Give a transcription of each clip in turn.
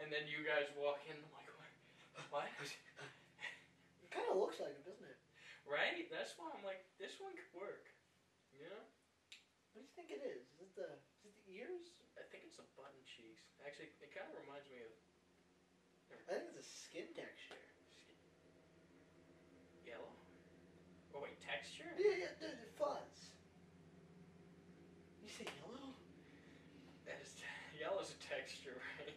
and then you guys walk in. I'm like, what? What? It kind of looks like him, doesn't it? Right? That's why I'm like, this one could work. You know? What do you think it is? Is it the is it the ears? I think it's the button cheeks. Actually, it kind of reminds me of. I think it's a skin texture. Yellow? Oh, wait, texture? Yeah, yeah, the, the fuzz. You say yellow? That is te- yellow's a texture, right?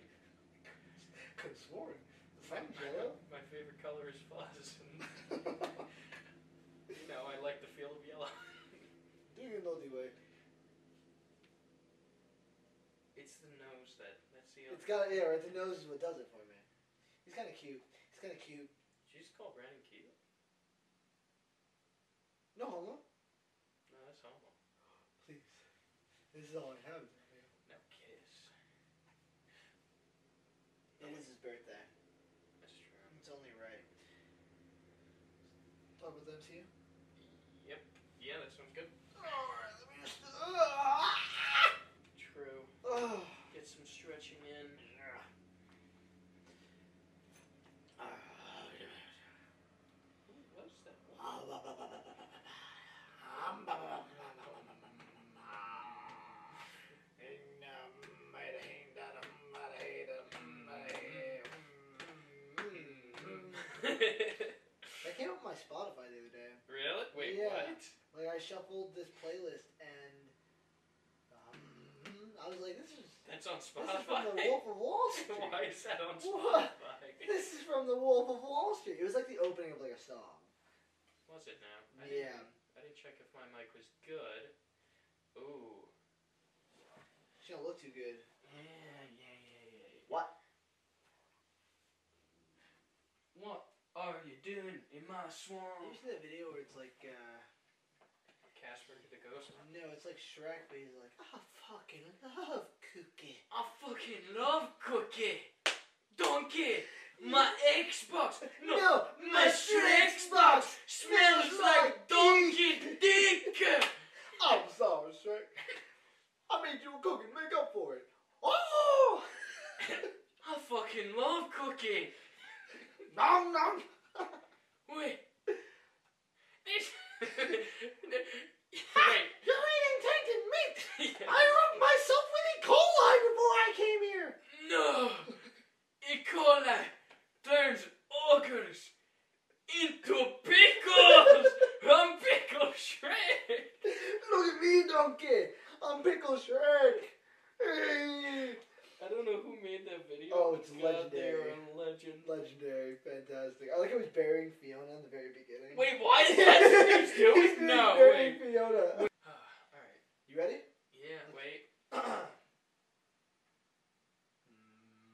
Could have sworn. Is that yellow? My favorite color is fuzz. And, you know, I like the feel of yellow. Doing a naughty way. it's the nose that. That's the. It's got yeah, right. The nose is what does it for me. He's kind of cute. He's kind of cute. Did you just call Brandon cute? No homo. No, that's homo. Please. This is all I have. No kiss. It is his birthday. That's true. It's only right. Talk with them to you. Yep. Yeah, that sounds good. Alright, let me just. Ah! True. Oh. Get some stretching in. What is that? Mm-hmm. That came up on my Spotify the other day. really? Wait, Yeah. what? Like I shuffled this playlist and um, I was like, this is That's on this is from the Spotify. Wolf of Wall Why Street. is that on What? Spotify? this is from the Wolf of Wall Street. It was like the opening of like a song. Was it now? I Yeah. Didn't, I didn't check if my mic was good. Ooh. She don't look too good. Yeah, yeah, yeah, yeah. What? What are you doing in my You swamp? see that video where it's like uh, Casper the ghost. no, it's like Shrek, but he's like, I fucking love cookie. I fucking love Cookie, Donkey, my Xbox. No, No, my Shrek Xbox smells like Donkey Dick. I'm sorry, Shrek. I made you a cookie. Make up for it. Oh! I fucking love Cookie. nom nom. Wait. It's- Wait. You're eating tainted meat. Yeah. I rubbed myself with E. coli before I came here. No! E. coli turns organs into pickles! I'm Pickle Shrek! Look at me, donkey. I'm pickle Shrek. Hey. I don't know who made that video. Oh, it's but God, they legendary. are a legend. Legendary, fantastic. I like how he's burying Fiona in the very beginning. Wait, why is that He's Steve doing? No, burying wait. Fiona. Alright. You ready? Yeah, wait.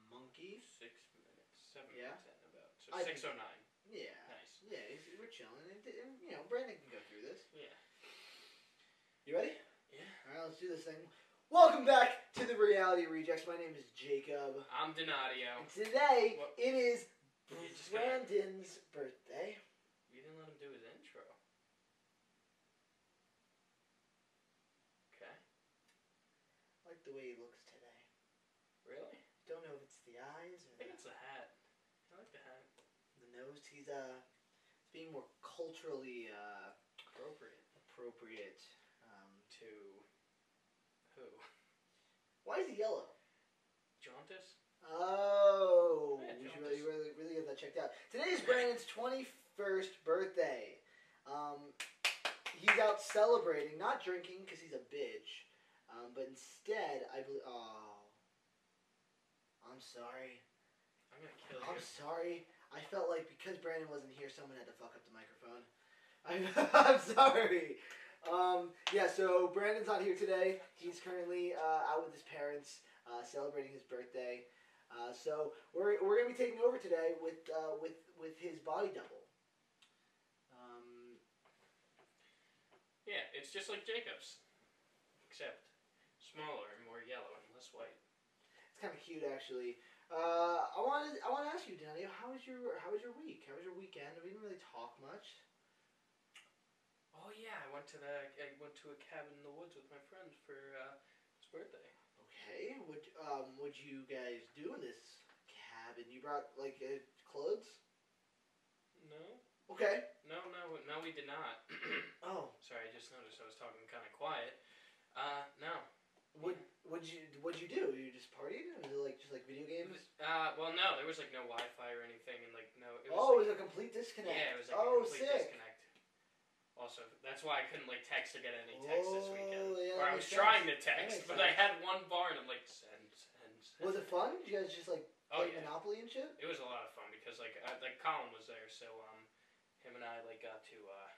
Monkeys. Six minutes. Seven Yeah. minutes in about. So I think- 609. Yeah. Nice. Yeah, he's- we're chilling. And, and, you know, Brandon can go through this. Yeah. You ready? Yeah. All right, let's do this thing. Welcome back to the Reality Rejects. My name is Jacob. I'm Donadio. And today What? it is You just gotta- Brandon's birthday. You didn't let him do his intro. Okay. I like the way he looks today. Really? Don't know if it's the eyes I or think it's the hat. I like the hat. the, the nose. He's uh, being more culturally uh, Appropriate. appropriate. Um, To who? why is he yellow? Jauntus? Oh, Yeah, we should jaundice. really, really, really get that checked out. Today is Brandon's 21st birthday. Um, he's out celebrating, not drinking because he's a bitch, um, but instead, I believe. Oh, I'm sorry. I'm gonna kill I'm you. sorry. I felt like because Brandon wasn't here, someone had to fuck up the microphone. I'm, I'm sorry. Um, yeah, so Brandon's not here today. He's currently uh, out with his parents uh, celebrating his birthday. Uh, so we're, we're gonna be taking over today with uh, with with his body double. Um, Yeah, it's just like Jacob's. Except smaller and more yellow and less white. it's kind of cute actually. Uh, I wanted I want to ask you, Danny, how was your how was your week? How was your weekend? We didn't really talk much. Oh yeah, I went to the I went to a cabin in the woods with my friends for uh, his birthday. Okay, what um, what you guys do in this happened? You brought like uh, clothes? No, Okay. no, no, no. We did not. Oh, Sorry, I just noticed I was talking kind of quiet. Uh, no. what what you what you do? You just partied? Was it like just like video It games? was, uh, well, no, there was like no Wi-Fi or anything, and like no. It was, like, oh, it was a complete disconnect. Yeah, it was like oh, a complete sick. disconnect. Also, that's why I couldn't like text or get any texts this weekend. Oh, yeah, or that I was makes trying to sense. That text, makes but I sense. had one bar and I'm like send, send, send. Was it fun? Did you guys just like Oh play yeah, Monopoly and shit? it was a lot of fun because like I, like Colin was there, so um, him and I like got to uh,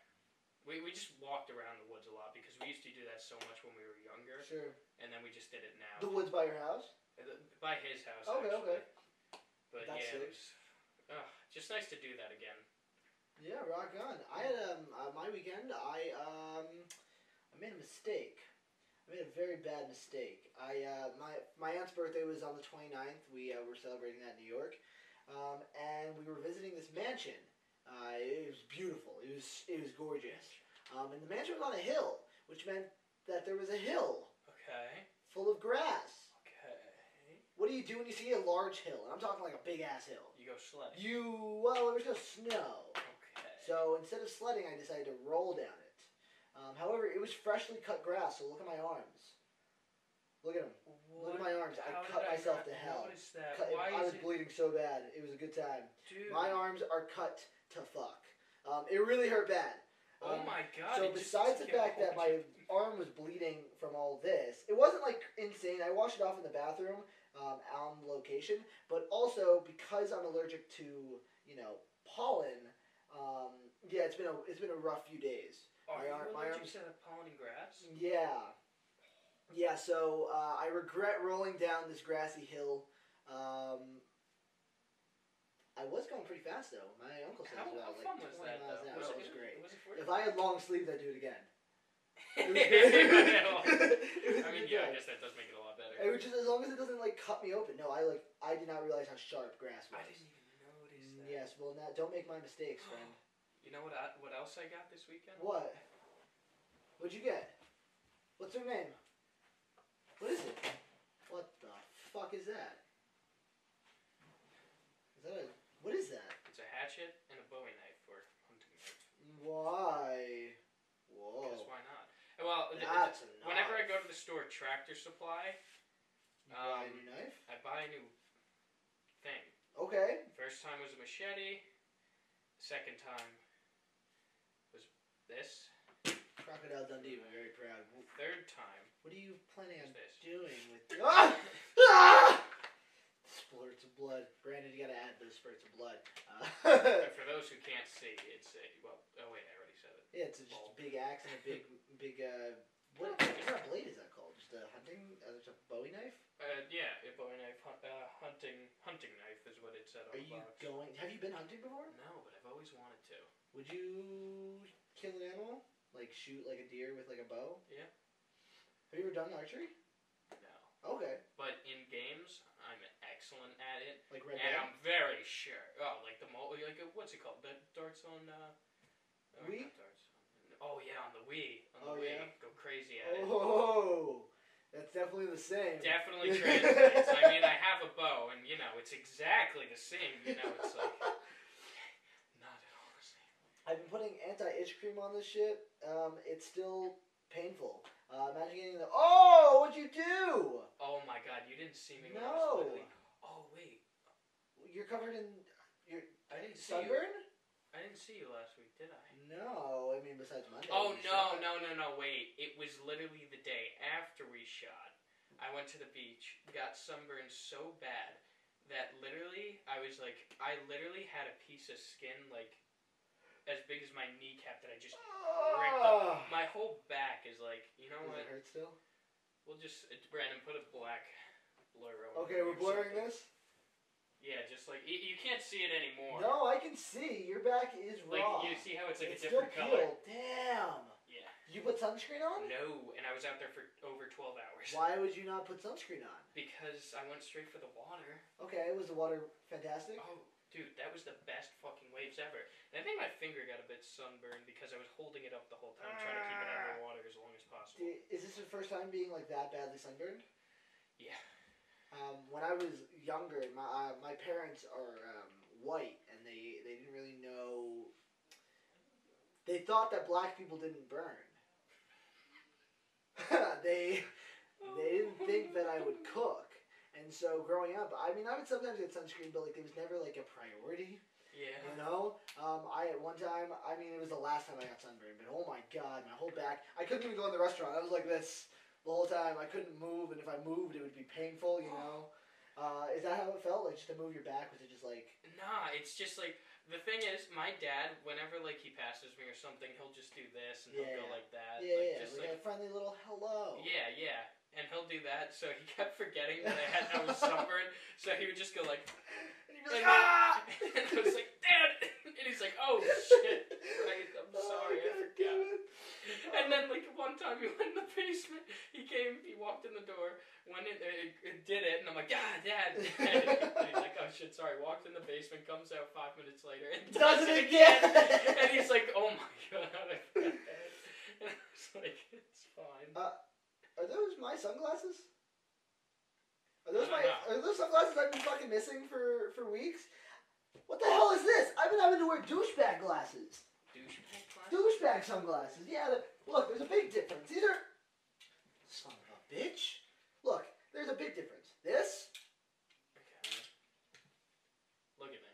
we we just walked around the woods a lot because we used to do that so much when we were younger, Sure. and then we just did it now. The woods by your house? Uh, By his house. Okay, actually. okay. But That's yeah, sick. it was, ugh, just nice to do that again. Yeah, rock on. I had um uh, my weekend. I um I made a mistake. I made a very bad mistake. I uh, my my aunt's birthday was on the 29th. We uh, were celebrating that in New York, um, and we were visiting this mansion. Uh, it was beautiful. It was it was gorgeous. Um, and the mansion was on a hill, which meant that there was a hill Okay. full of grass. Okay. What do you do when you see a large hill? And I'm talking like a big ass hill. You go sledding. You well, there was no snow. Okay. So instead of sledding, I decided to roll down it. Um, however, it was freshly cut grass, so look at my arms. Look at them. What- at my arms. I how cut did myself not to hell. notice that? Cut- Why I is was it, bleeding so bad. It was a good time. dude? My arms are cut to fuck. Um, it really hurt bad. Oh Um, my god. so it just besides the took out fact a whole that my bunch of- arm was bleeding from all this, it wasn't like insane. I washed it off in the bathroom um, on location, but also because I'm allergic to you know pollen. Um, yeah, it's been a it's been a rough few days. Are my Oh, you arm- my allergic arms- to the pollen and grass? Yeah. Yeah, so uh, I regret rolling down this grassy hill. Um, I was going pretty fast though. My uncle said How, it was how about fun like was 20 that miles an though? hour. so it was it, great. Was it worth If I had long sleeves, I'd do it again. It was great. Yeah, well, It was I mean, good yeah, I time. guess that does make it a lot better. It was just as long as it doesn't like cut me open. No, I like I did not realize how sharp grass was. Mm, I didn't even notice that. Yes, well, now don't make my mistakes, friend. You know what? I, what else I got this weekend? What? What'd you get? What's her name? What is it? What the fuck is that? Is that a what is that? It's a hatchet and a Bowie knife for hunting. knife. Why? Because Whoa. why not? Well, th- th- That's a whenever I knife. go to the store, Tractor Supply, You buy a um, new knife? I buy a new thing. Okay. First time was a machete. Second time was this. Crocodile Dundee, I'm very proud. Wh- Third time What are you planning was on this. doing with ah! ah! Splurts of blood. Brandon, you gotta add those spurts of blood. Uh, But for those who can't see, it's a well. Oh wait, I already said it. Yeah, it's a, just a big axe and a big, big. Uh, what what kind of blade is that called? Just a hunting? Uh, it's a Bowie knife? Uh, yeah, a Bowie knife, hunt, uh, hunting hunting knife is what it said on Are the you box. going? Have you been hunting before? No, but I've always wanted to. Would you kill an animal? Like shoot like a deer with like a bow? Yeah. Have you ever done archery? No, Okay. but in games, I'm excellent at it, Like red. and Dead? I'm very sure. Oh, like the mo- like uh, what's it called? The darts on uh. or Wii? not darts. Oh yeah, on the Wii. On the Oh, Wii, yeah? go crazy at it. Oh, that's definitely the same. definitely translates. I mean, I have a bow, and you know, it's exactly the same. You know, it's like not at all the same. I've been putting anti-itch cream on this shit. Um, it's still painful. Uh, imagine getting the. Oh, what'd you do? Oh my god, you didn't see me. When No. I was literally- oh wait, You're covered in I didn't see you. sunburn. I didn't see you last week, did I? No, I mean besides Monday. Oh you no, shot. no, no, no! Wait, it was literally the day after we shot. I went to the beach, got sunburned so bad that literally I was like, I literally had a piece of skin like as big as my kneecap that I just Ah. my whole back is like, you know Does what? it hurt still? We'll just uh, Brandon put a black blur over. Okay, it or we're blurring something. this. Yeah, just like you, you can't see it anymore. No, I can see your back is like raw. you see how it's like It's a still different color. peeled. Damn. Yeah. You put sunscreen on? No, and I was out there for over twelve hours Why would you not put sunscreen on? because I went straight for the water. Okay, was the water fantastic? Oh, dude, that was the best fucking waves ever. And I think my finger got a bit sunburned because I was holding it up the whole time, trying to keep it Ah. underwater as long as possible. Di- Is this your first time being like that badly sunburned? Yeah. Um, when I was younger, my uh, my parents are um, white, and they they didn't really know. They thought that black people didn't burn. they they didn't think that I would cook, and so growing up, I mean, I would sometimes get sunscreen, but like it was never like a priority. Yeah. You know, um, I at one time, I mean, it was the last time I got sunburned, but oh my god, my whole back, I couldn't even go in the restaurant. I was like this the whole time. I couldn't move, and if I moved, it would be painful. You know, uh, is that how it felt? Like just to move your back was it just like Nah, it's just like the thing is, my dad, whenever like he passes me or something, he'll just do this and he'll go Yeah. like that. yeah, like, yeah, just, like, like, a friendly little hello. Yeah, yeah. And he'll do that, so he kept forgetting that I had I was sunburned, so he would just go like, And you'd and, be like, then- ah! and I was like, Dad, and he's like, Oh shit, Like, I'm Oh, sorry, I God forgot. damn it. And then, like, one time he went in the basement. He came, he walked in the door, went in, uh, did it, and I'm like, God, Dad! Dad." and he's like, oh shit, sorry. Walked in the basement, comes out five minutes later, and does, it again! and he's like, oh my god, I forgot that. And I was like, it's fine. Uh, Are those my sunglasses? Are those I my don't are those sunglasses I've been fucking missing for for weeks? What the hell is this? I've been having to wear douchebag glasses. Douchebag class? Douchebag sunglasses. Yeah, the, look, there's a big difference. These are son of a bitch. Look, there's a big difference. This. Okay. Look at me.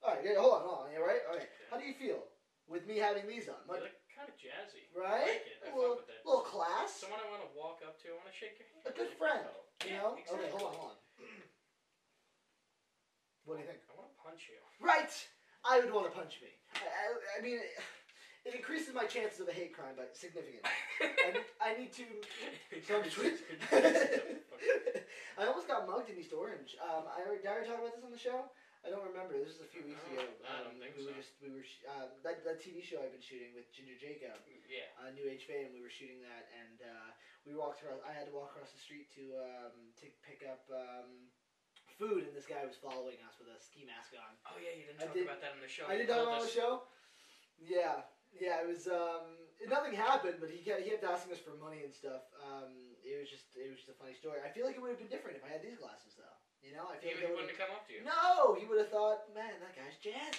All right, yeah, hold on, hold on. Yeah, right. All right. How do you feel with me having these on? You Like, look kind of jazzy. I right? like it. I A little, fuck with it. little class. Someone I want to walk up to, I want to shake your hand. A good Like, friend, oh. You Yeah, know. Exactly. Okay, hold on, hold on. What do you think? I want to punch you. Right. I would want to punch me. I, I, I mean, it, it increases my chances of a hate crime by significantly. and I need to. Some tweet. I almost got mugged in East Orange. Um, I already- did I already talk about this on the show? I don't remember. This is a few weeks I ago. don't- I don't Um, think we were so. just we were sh- uh, that that TV show I've been shooting with Ginger Jacob, yeah. uh, New Age Fame. We were shooting that, and uh, we walked across. I had to walk across the street to um, to pick up um, food, and this guy was following us with a ski mask on. Oh yeah, you didn't I talk did- about that on the show. I You did that told on the us- show. Yeah, yeah. It was um, nothing happened, but he kept, he kept asking us for money and stuff. Um, it was just it was just a funny story. I feel like it would have been different if I had these glasses though. You know, I He he feel like I wouldn't have would've- come up to you. No, he would have thought, man, that guy's jazz.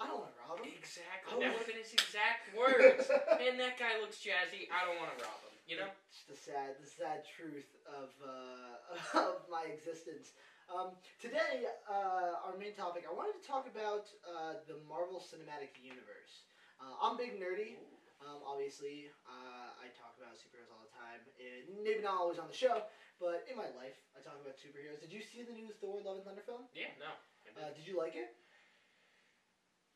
I don't want to rob him. Exactly. Oh, that yeah. would have been his exact words. and that guy looks jazzy. I don't want to rob him. You know. It's the sad, the sad truth of uh, of my existence. Um, today, uh, our main topic. I wanted to talk about uh, the Marvel Cinematic Universe. Uh, I'm big nerdy. Um, obviously, uh, I talk about superheroes all the time. And maybe not always on the show, but in my life, I talk about superheroes. Did you see the new Thor: Love and Thunder film? Yeah. No. Uh, did you like it?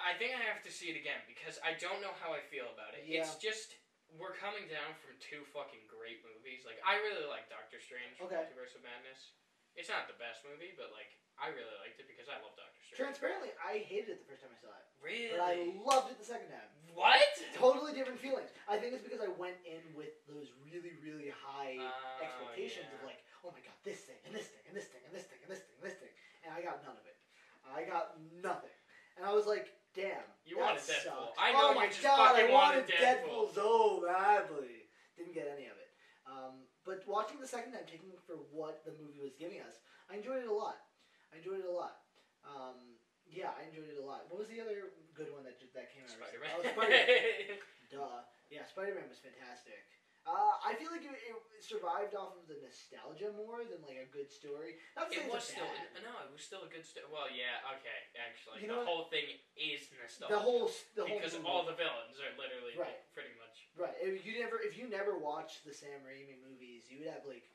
I think I have to see it again because I don't know how I feel about it. It's just we're coming down from two fucking great movies. Like I really like Doctor Strange, Okay. Multiverse of Madness. It's not the best movie, but like I really liked it because I love Doctor Strange. Transparently, I hated it the first time I saw it, Really? but I loved it the second time. what? Totally different feelings. I think it's because I went in with those really, really high Oh, expectations yeah. of like, oh my god, this thing and this thing and this thing and this thing and this thing and this thing, and I got none of it. I got nothing, and I was like, damn. You that wanted Deadpool. sucks. I oh know you my just god, fucking I wanted wanted Deadpool. so badly. Didn't get any of it. Um, but watching the second time, taking for what the movie was giving us, I enjoyed it a lot. I enjoyed it a lot. Um, yeah, I enjoyed it a lot. What was the other good one that ju- that came out? Spider Man. recently? Oh, Spider-Man. Duh. Yeah, Spider Man was fantastic. Uh, I feel like it, it survived off of the nostalgia more than like a good story. Not to say It it's was a still bad- no, it was still a good story. Well, yeah, okay, actually, the You know whole what? thing is nostalgia. the whole s- the whole because movie. all the villains are literally Right. pretty much. right. If you never if you never watched the Sam Raimi movies, you would have like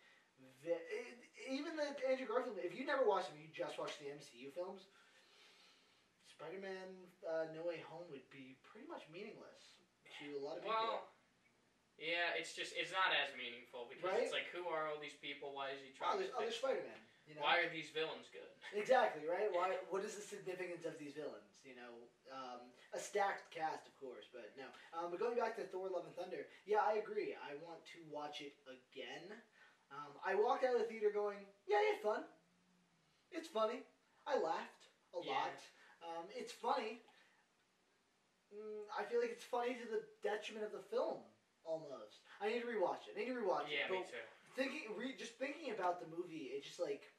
vi- it, even the Andrew Garfield. If you never watched them, you just watched the MCU films. Spider Man uh, No Way Home would be pretty much meaningless to a lot of people. Well, yeah, it's just it's not as meaningful because Right? it's like who are all these people? Why is he oh, trying there's to other fix- Spider Man. You know? Why are these villains good? Exactly right. Why? What is the significance of these villains? You know, um, a stacked cast, of course, but no. Um, but going back to Thor: Love and Thunder, yeah, I agree. I want to watch it again. Um, I walked out of the theater going, yeah, yeah, fun. It's funny. I laughed a Yeah. lot. Um, it's funny. Mm, I feel like it's funny to the detriment of the film almost. I need to rewatch it. I need to rewatch yeah, it. me but too. thinking re- just thinking about the movie it just like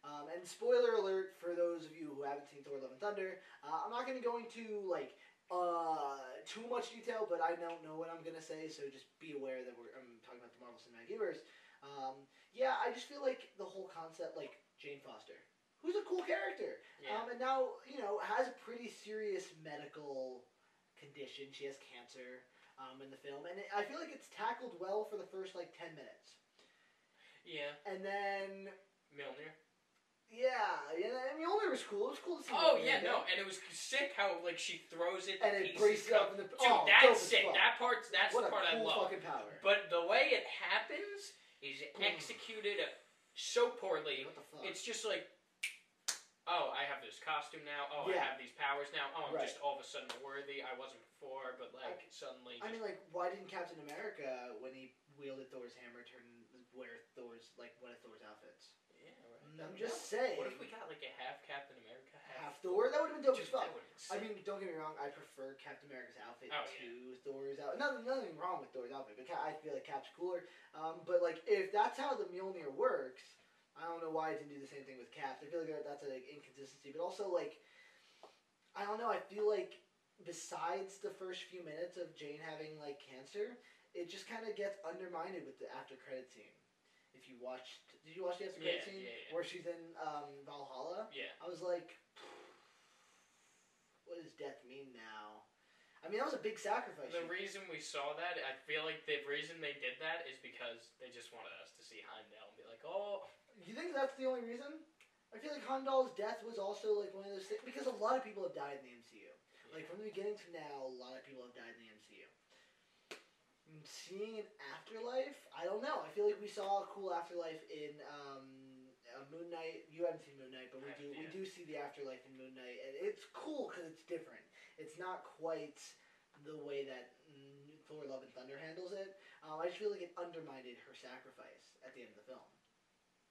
Um, and spoiler alert for those of you who haven't seen Thor: Love and Thunder, uh, I'm not going to go into like uh, too much detail, but I don't know what I'm going to say, so just be aware that we're I'm talking about the Marvel Cinematic Universe. Um, yeah, I just feel like the whole concept, like Jane Foster, who's a cool character, Yeah. um, and now, you know, has a pretty serious medical condition. She has cancer um, in the film. And it, I feel like it's tackled well for the first, like, 10 minutes. yeah. And then, Milner. yeah, yeah I mean, Older was cool. It was cool to see. Oh Mjolnir yeah, again. no, and it was sick how like she throws it. And the pieces it breaks come- up in the. Dude, oh, dope that's as sick. fuck. That part's that's what the part a I cool love. fucking power. But the way it happens is Ooh. executed so poorly. what the fuck? It's just like, oh, I have this costume now. Oh, I Yeah. have these powers now. Oh, I'm Right. just all of a sudden worthy. I wasn't before, but like suddenly. Just, I mean, like, why didn't Captain America, when he wielded Thor's hammer, turn wear Thor's like one of Thor's outfits? yeah, right. I'm just saying. What if we got like a half Captain America, half, half Thor? That would have been dope Dude, as fuck. that would've been I sick. mean, don't get me wrong. I prefer Captain America's outfit Oh, to Thor's outfit. Nothing, nothing wrong with Thor's outfit, but Ca- I feel like Cap's cooler. Um, but like, if that's how the Mjolnir works, I don't know why I didn't do the same thing with Cap. I feel like that's an inconsistency. But also, like, I don't know. I feel like besides the first few minutes of Jane having like cancer, it just kind of gets undermined with the after credit scene. If you watched, did you watch the after credit Yeah, scene yeah, yeah. where she's in um, Valhalla? yeah. I was like, what does death mean now? I mean, that was a big sacrifice. The reason we saw that, I feel like the reason they did that is because they just wanted us to see Heimdall and be like, oh, you think that's the only reason? I feel like Heimdall's death was also like one of those things because a lot of people have died in the MCU. Like from the beginning to now, a lot of people have died in the MCU. And Mm, seeing an afterlife, I don't know. I feel like we saw a cool afterlife in um, uh, Moon Knight. You haven't seen Moon Knight, but we I do. haven't We yet. do see the afterlife in Moon Knight, and it's cool because it's different. It's not quite the way that mm, Thor: Love and Thunder handles it. Um, I just feel like it undermined her sacrifice at the end of the film.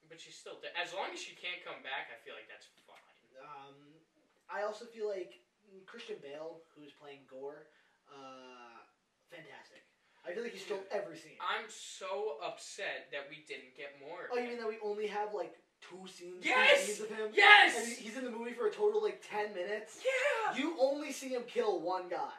but she's still dead. As long as she can't come back, I feel like that's fine. Um, I also feel like Christian Bale, who's playing Gore, uh, fantastic. I feel like he stole every scene. I'm so upset that we didn't get more. of Oh, you him. mean that we only have like two scenes, three Yes! scenes of him? And Yes! he- he's in the movie for a total of like ten minutes. Yeah! You only see him kill one god.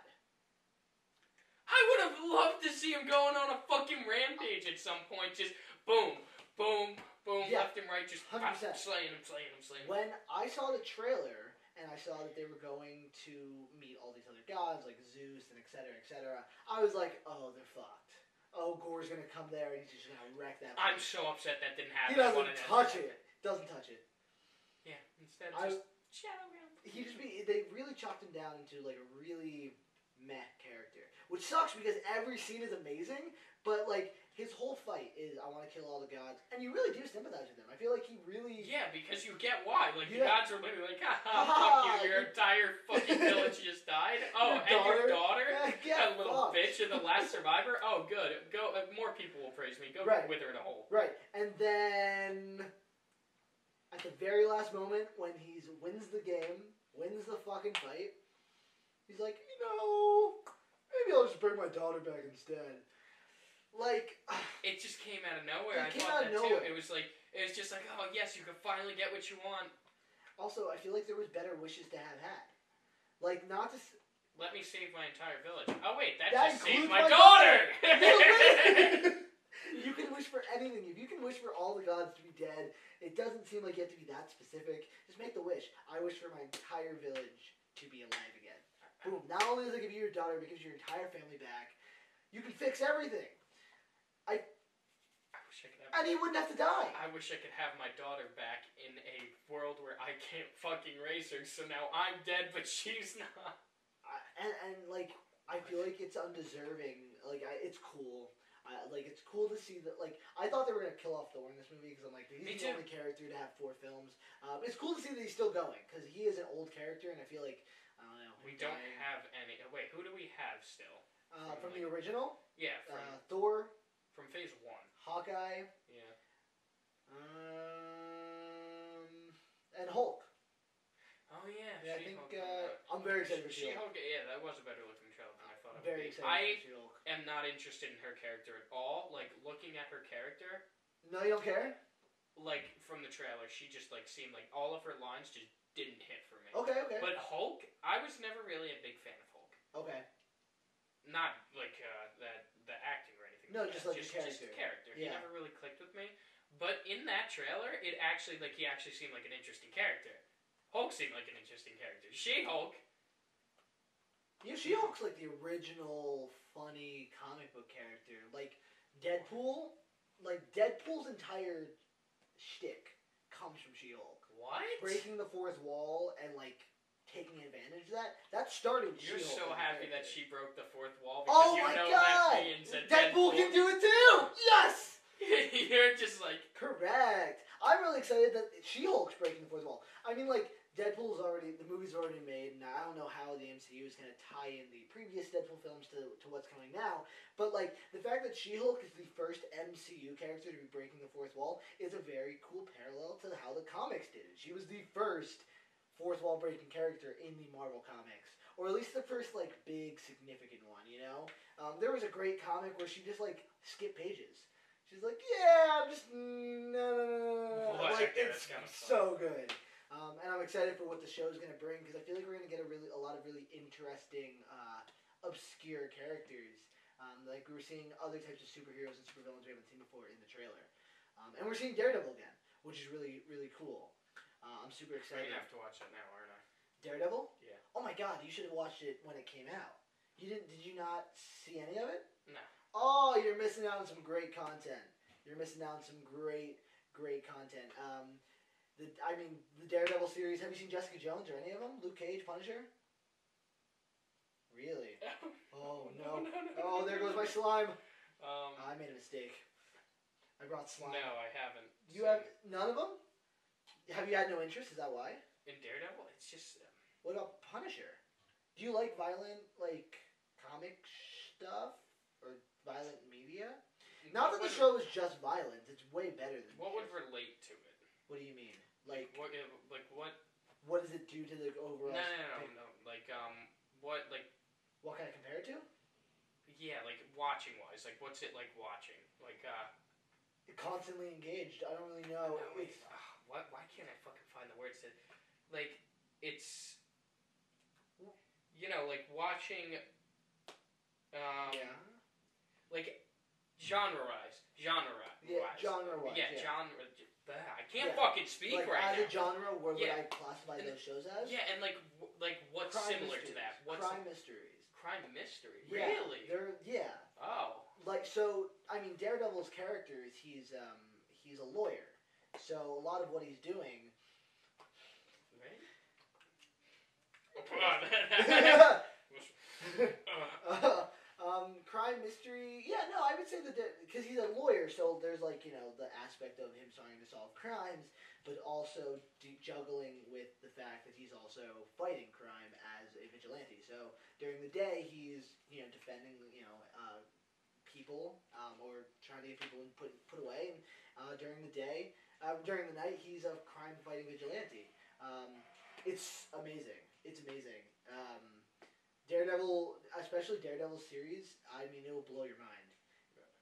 I would have loved to see him going on a fucking rampage at some point. Just boom, boom, boom, Yeah. left and right, just 100%. slaying him, slaying him, slaying him. When I saw the trailer and I saw that they were going to meet all these other gods like Zeus and etc. Cetera, etc., I was like, oh, they're fucked. Oh, Gore's gonna come there and he's just gonna wreck that. I'm place. so upset that didn't happen. He I doesn't wanted that to touch happen. it. Doesn't touch it. Yeah, instead I- just shadow realm. he just be they really chopped him down into like a really meh character, which sucks because every scene is amazing, but like his whole fight is I want to kill all the gods, and you really do sympathize with him. I feel like he really Yeah, because you get why. Like the Yeah. gods are literally like, ha ha, fuck you, your You- entire fucking village just died. Oh, Your and your daughter? daughter. get That little fucked. bitch and the last survivor. Oh, good. Go. Uh, more people will praise me. Go Right. wither in a hole. Right, and then at the very last moment when he's wins the game, wins the fucking fight, he's like, you know, maybe I'll just bring my daughter back instead. Like, It just came out of nowhere. It I came thought out that of too. nowhere. It was like it was just like, oh yes, you can finally get what you want. Also, I feel like there was better wishes to have had. Like not to. S- Let me save my entire village. Oh wait, that, That just saved includes my, my daughter. you can wish for anything. If you can wish for all the gods to be dead, it doesn't seem like you have to be that specific. Just make the wish. I wish for my entire village to be alive again. Boom. Not only does it give you your daughter, but it gives your entire family back. You can fix everything, I wish I could have. and he wouldn't have to die. I wish I could have my daughter back in a world where I can't fucking raise her. So now I'm dead, but she's not. I- and and like I feel like it's undeserving. Like I, it's cool. I, like it's cool to see that. Like I thought they were gonna kill off Thor in this movie because I'm like he's Me the too. only character to have four films. Um, it's cool to see that he's still going because he is an old character, and I feel like I don't know. We him don't dying- have any. oh, Wait, who do we have still? uh, from the original Yeah, from uh, Thor, from phase one. Hawkeye, Yeah. um, and Hulk. Oh yeah. Yeah, I think She-Hulk uh, came out. I'm very excited for She She-Hulk. Hulk. Yeah, that was a better looking child than I thought it would Very be. excited I for She-Hulk. am not interested in her character at all. Like looking at her character, No, you don't care. like from the trailer, she just like seemed like all of her lines just didn't hit for me. Okay, okay, But Hulk, I was never really a big fan of Hulk. okay. Not like uh, that the acting or anything. No, like just that. like the just, just character. character. He Yeah. never really clicked with me. But in that trailer, it actually like he actually seemed like an interesting character. Hulk seemed like an interesting character. She Hulk, Yeah, She Hulk's like the original funny comic book character. Like Deadpool, like Deadpool's entire shtick comes from She Hulk. what? Breaking the fourth wall and like taking advantage of that. That started. You're so She-Hulk as a happy that character. she broke the fourth wall because Oh you my know god! that means that Deadpool can do it too. Yes. You're just like Correct. I'm really excited that She Hulk's breaking the fourth wall. I mean, like Deadpool's already the movie's already made, and I don't know how the MCU is going to tie in the previous Deadpool films to to what's coming now. But like the fact that She Hulk is the first MCU character to be breaking the fourth wall is a very cool parallel to how the comics did it. She was the first fourth wall breaking character in the Marvel comics, or at least the first like big significant one. You know, um, there was a great comic where she just like skipped pages. She's like, yeah, I'm just mm, no, no, no, no, no. Well, Like yeah, it's that's kinda fun. so good, um, and I'm excited for what the show's gonna bring because I feel like we're gonna get a really a lot of really interesting, uh, obscure characters. Um, like we were seeing other types of superheroes and supervillains we haven't seen before in the trailer, um, and we're seeing Daredevil again, which is really really cool. Uh, I'm super I'm excited. gonna have to watch that now, aren't I? Daredevil. Oh, Yeah. Oh my god, you should have watched it when it came out. You didn't? Did you not see any of it? No. Oh, you're missing out on some great content. You're missing out on some great, great content. Um, the I mean, the Daredevil series. Have you seen Jessica Jones or any of them? Luke Cage, Punisher. Really? Oh no! Oh, there goes my slime. Um, I made a mistake. I brought slime. no, I haven't. You seen have it. none of them. Have you had no interest? Is that why? in Daredevil? It's just um, What about Punisher? Do you like violent, like, comic stuff? Or violent media? Not what that the would- show is just violent, it's way better than What would just- relate to it? What do you mean? Like, What? uh, Like what? what does it do to the No, overall. no, no, pic- no. Like um, what? Like What can I compare it to? yeah, like watching wise, like what's it like watching? Like uh, Constantly engaged. I don't really know. no, wait, It's, ah, what? Why can't I fucking find the words that? Like it's, you know, like watching. Um, yeah. Like genre wise, genre wise. Yeah, genre-wise, Yeah, yeah. genre. bleh, I can't Yeah. fucking speak Like, right now. as a genre, what Yeah. would I classify And- those shows as? Yeah, and like, w- like what's Crime similar to mysteries. that? What's Crime mysteries. crime mystery? Yeah, really? They're, yeah. Oh, like so i mean daredevil's character is he's um he's a lawyer so a lot of what he's doing right. um crime mystery yeah no i would say that because he's a lawyer so there's like you know the aspect of him starting to solve crimes but also de- juggling with the fact that he's also fighting crime as a vigilante so during the day he's you know defending you know uh, people um, or trying to get people put put away. And uh, during the day, uh, during the night, he's a crime fighting vigilante. Um, it's amazing. It's amazing. Um, Daredevil, especially Daredevil series, I mean, it will blow your mind.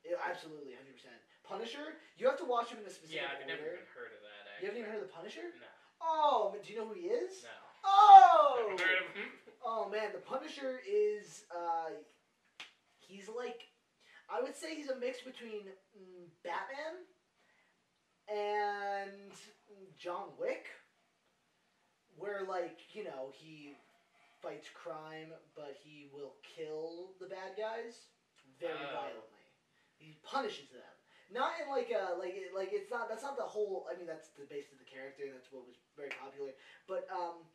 It, absolutely, hundred percent. Punisher, you have to watch him in a specific yeah, I've never order. even heard of that. you Actually. haven't even heard of the Punisher? No, Oh, but do you know who he is? no. Oh, Never heard of him. Oh man, the Punisher is uh, he's like, I would say he's a mix between mm, Batman and John Wick, where like you know he fights crime, but he will kill the bad guys very Oh. violently. He punishes them. Not in like a like it- like it's not that's not the whole. I mean that's the base of the character. and That's what was very popular. But um,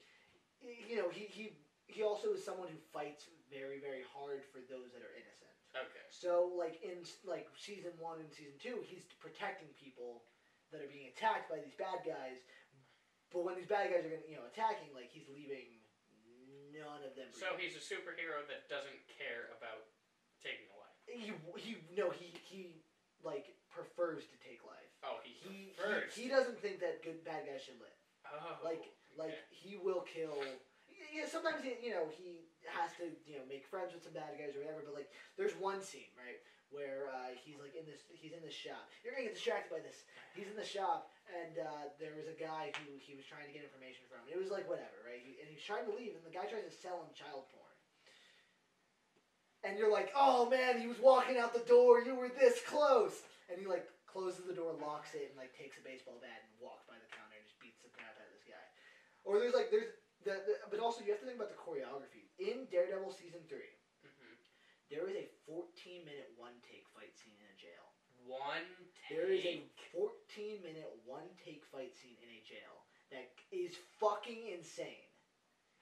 y- you know he he he also is someone who fights very very hard for those that are innocent. Okay. So like in like season one and season two, he's protecting people that are being attacked by these bad guys. But when these bad guys are gonna, you know attacking, like he's leaving none of them. So he's a superhero that doesn't care about taking a life. he he no he he like prefers to take life. Oh, he, He first. he, he doesn't think that good bad guys should live. oh, like- Like Okay. he will kill. y- Yeah, sometimes he, you know he has to you know make friends with some bad guys or whatever. But like, there's one scene right where uh, he's like in this he's in this shop. You're gonna get distracted by this. He's in the shop and uh, there was a guy who he was trying to get information from. It was like whatever, right? He, and he's trying to leave, and the guy tries to sell him child porn. And you're like, oh man, he was walking out the door. You were this close. And he like closes the door, locks it, and like takes a baseball bat and walks by the counter and just beats the crap out of this guy. Or there's like there's the, the but also you have to think about the choreography in Daredevil season three. hmm There is a 14 minute one take fight scene in a jail. One take. There is a 14 minute one take fight scene in a jail that is fucking insane.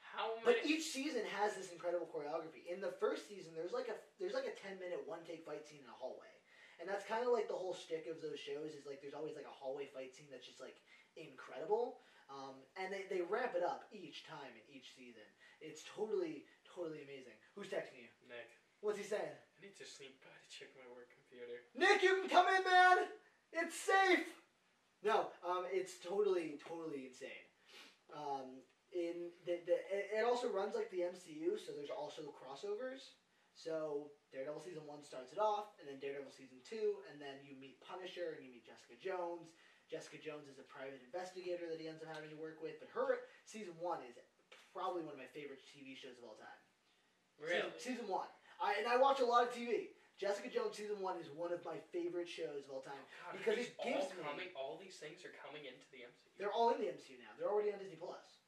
How But much? each season has this incredible choreography. In the first season, there's like a there's like a 10 minute one take fight scene in a hallway. And that's kind of like the whole shtick of those shows is like there's always like a hallway fight scene that's just like incredible. Um, and they, they ramp it up each time in each season. It's totally, totally amazing. Who's texting you? Nick, What's he saying? I need to sneak by to check my work computer. Nick, you can come in, man. It's safe. No, um, it's totally, totally insane. Um, in the, the, it it also runs like the MCU, so there's also crossovers. So Daredevil season one starts it off, and then Daredevil season two, and then you meet Punisher and you meet Jessica Jones. Jessica Jones is a private investigator that he ends up having to work with, but her season one is probably one of my favorite TV shows of all time. Really? Season, season one. I, and I watch a lot of TV. Jessica Jones season one is one of my favorite shows of all time. God, because these it gives all me- coming, all these things are coming into the MCU. They're all in the MCU now. They're already on Disney Plus.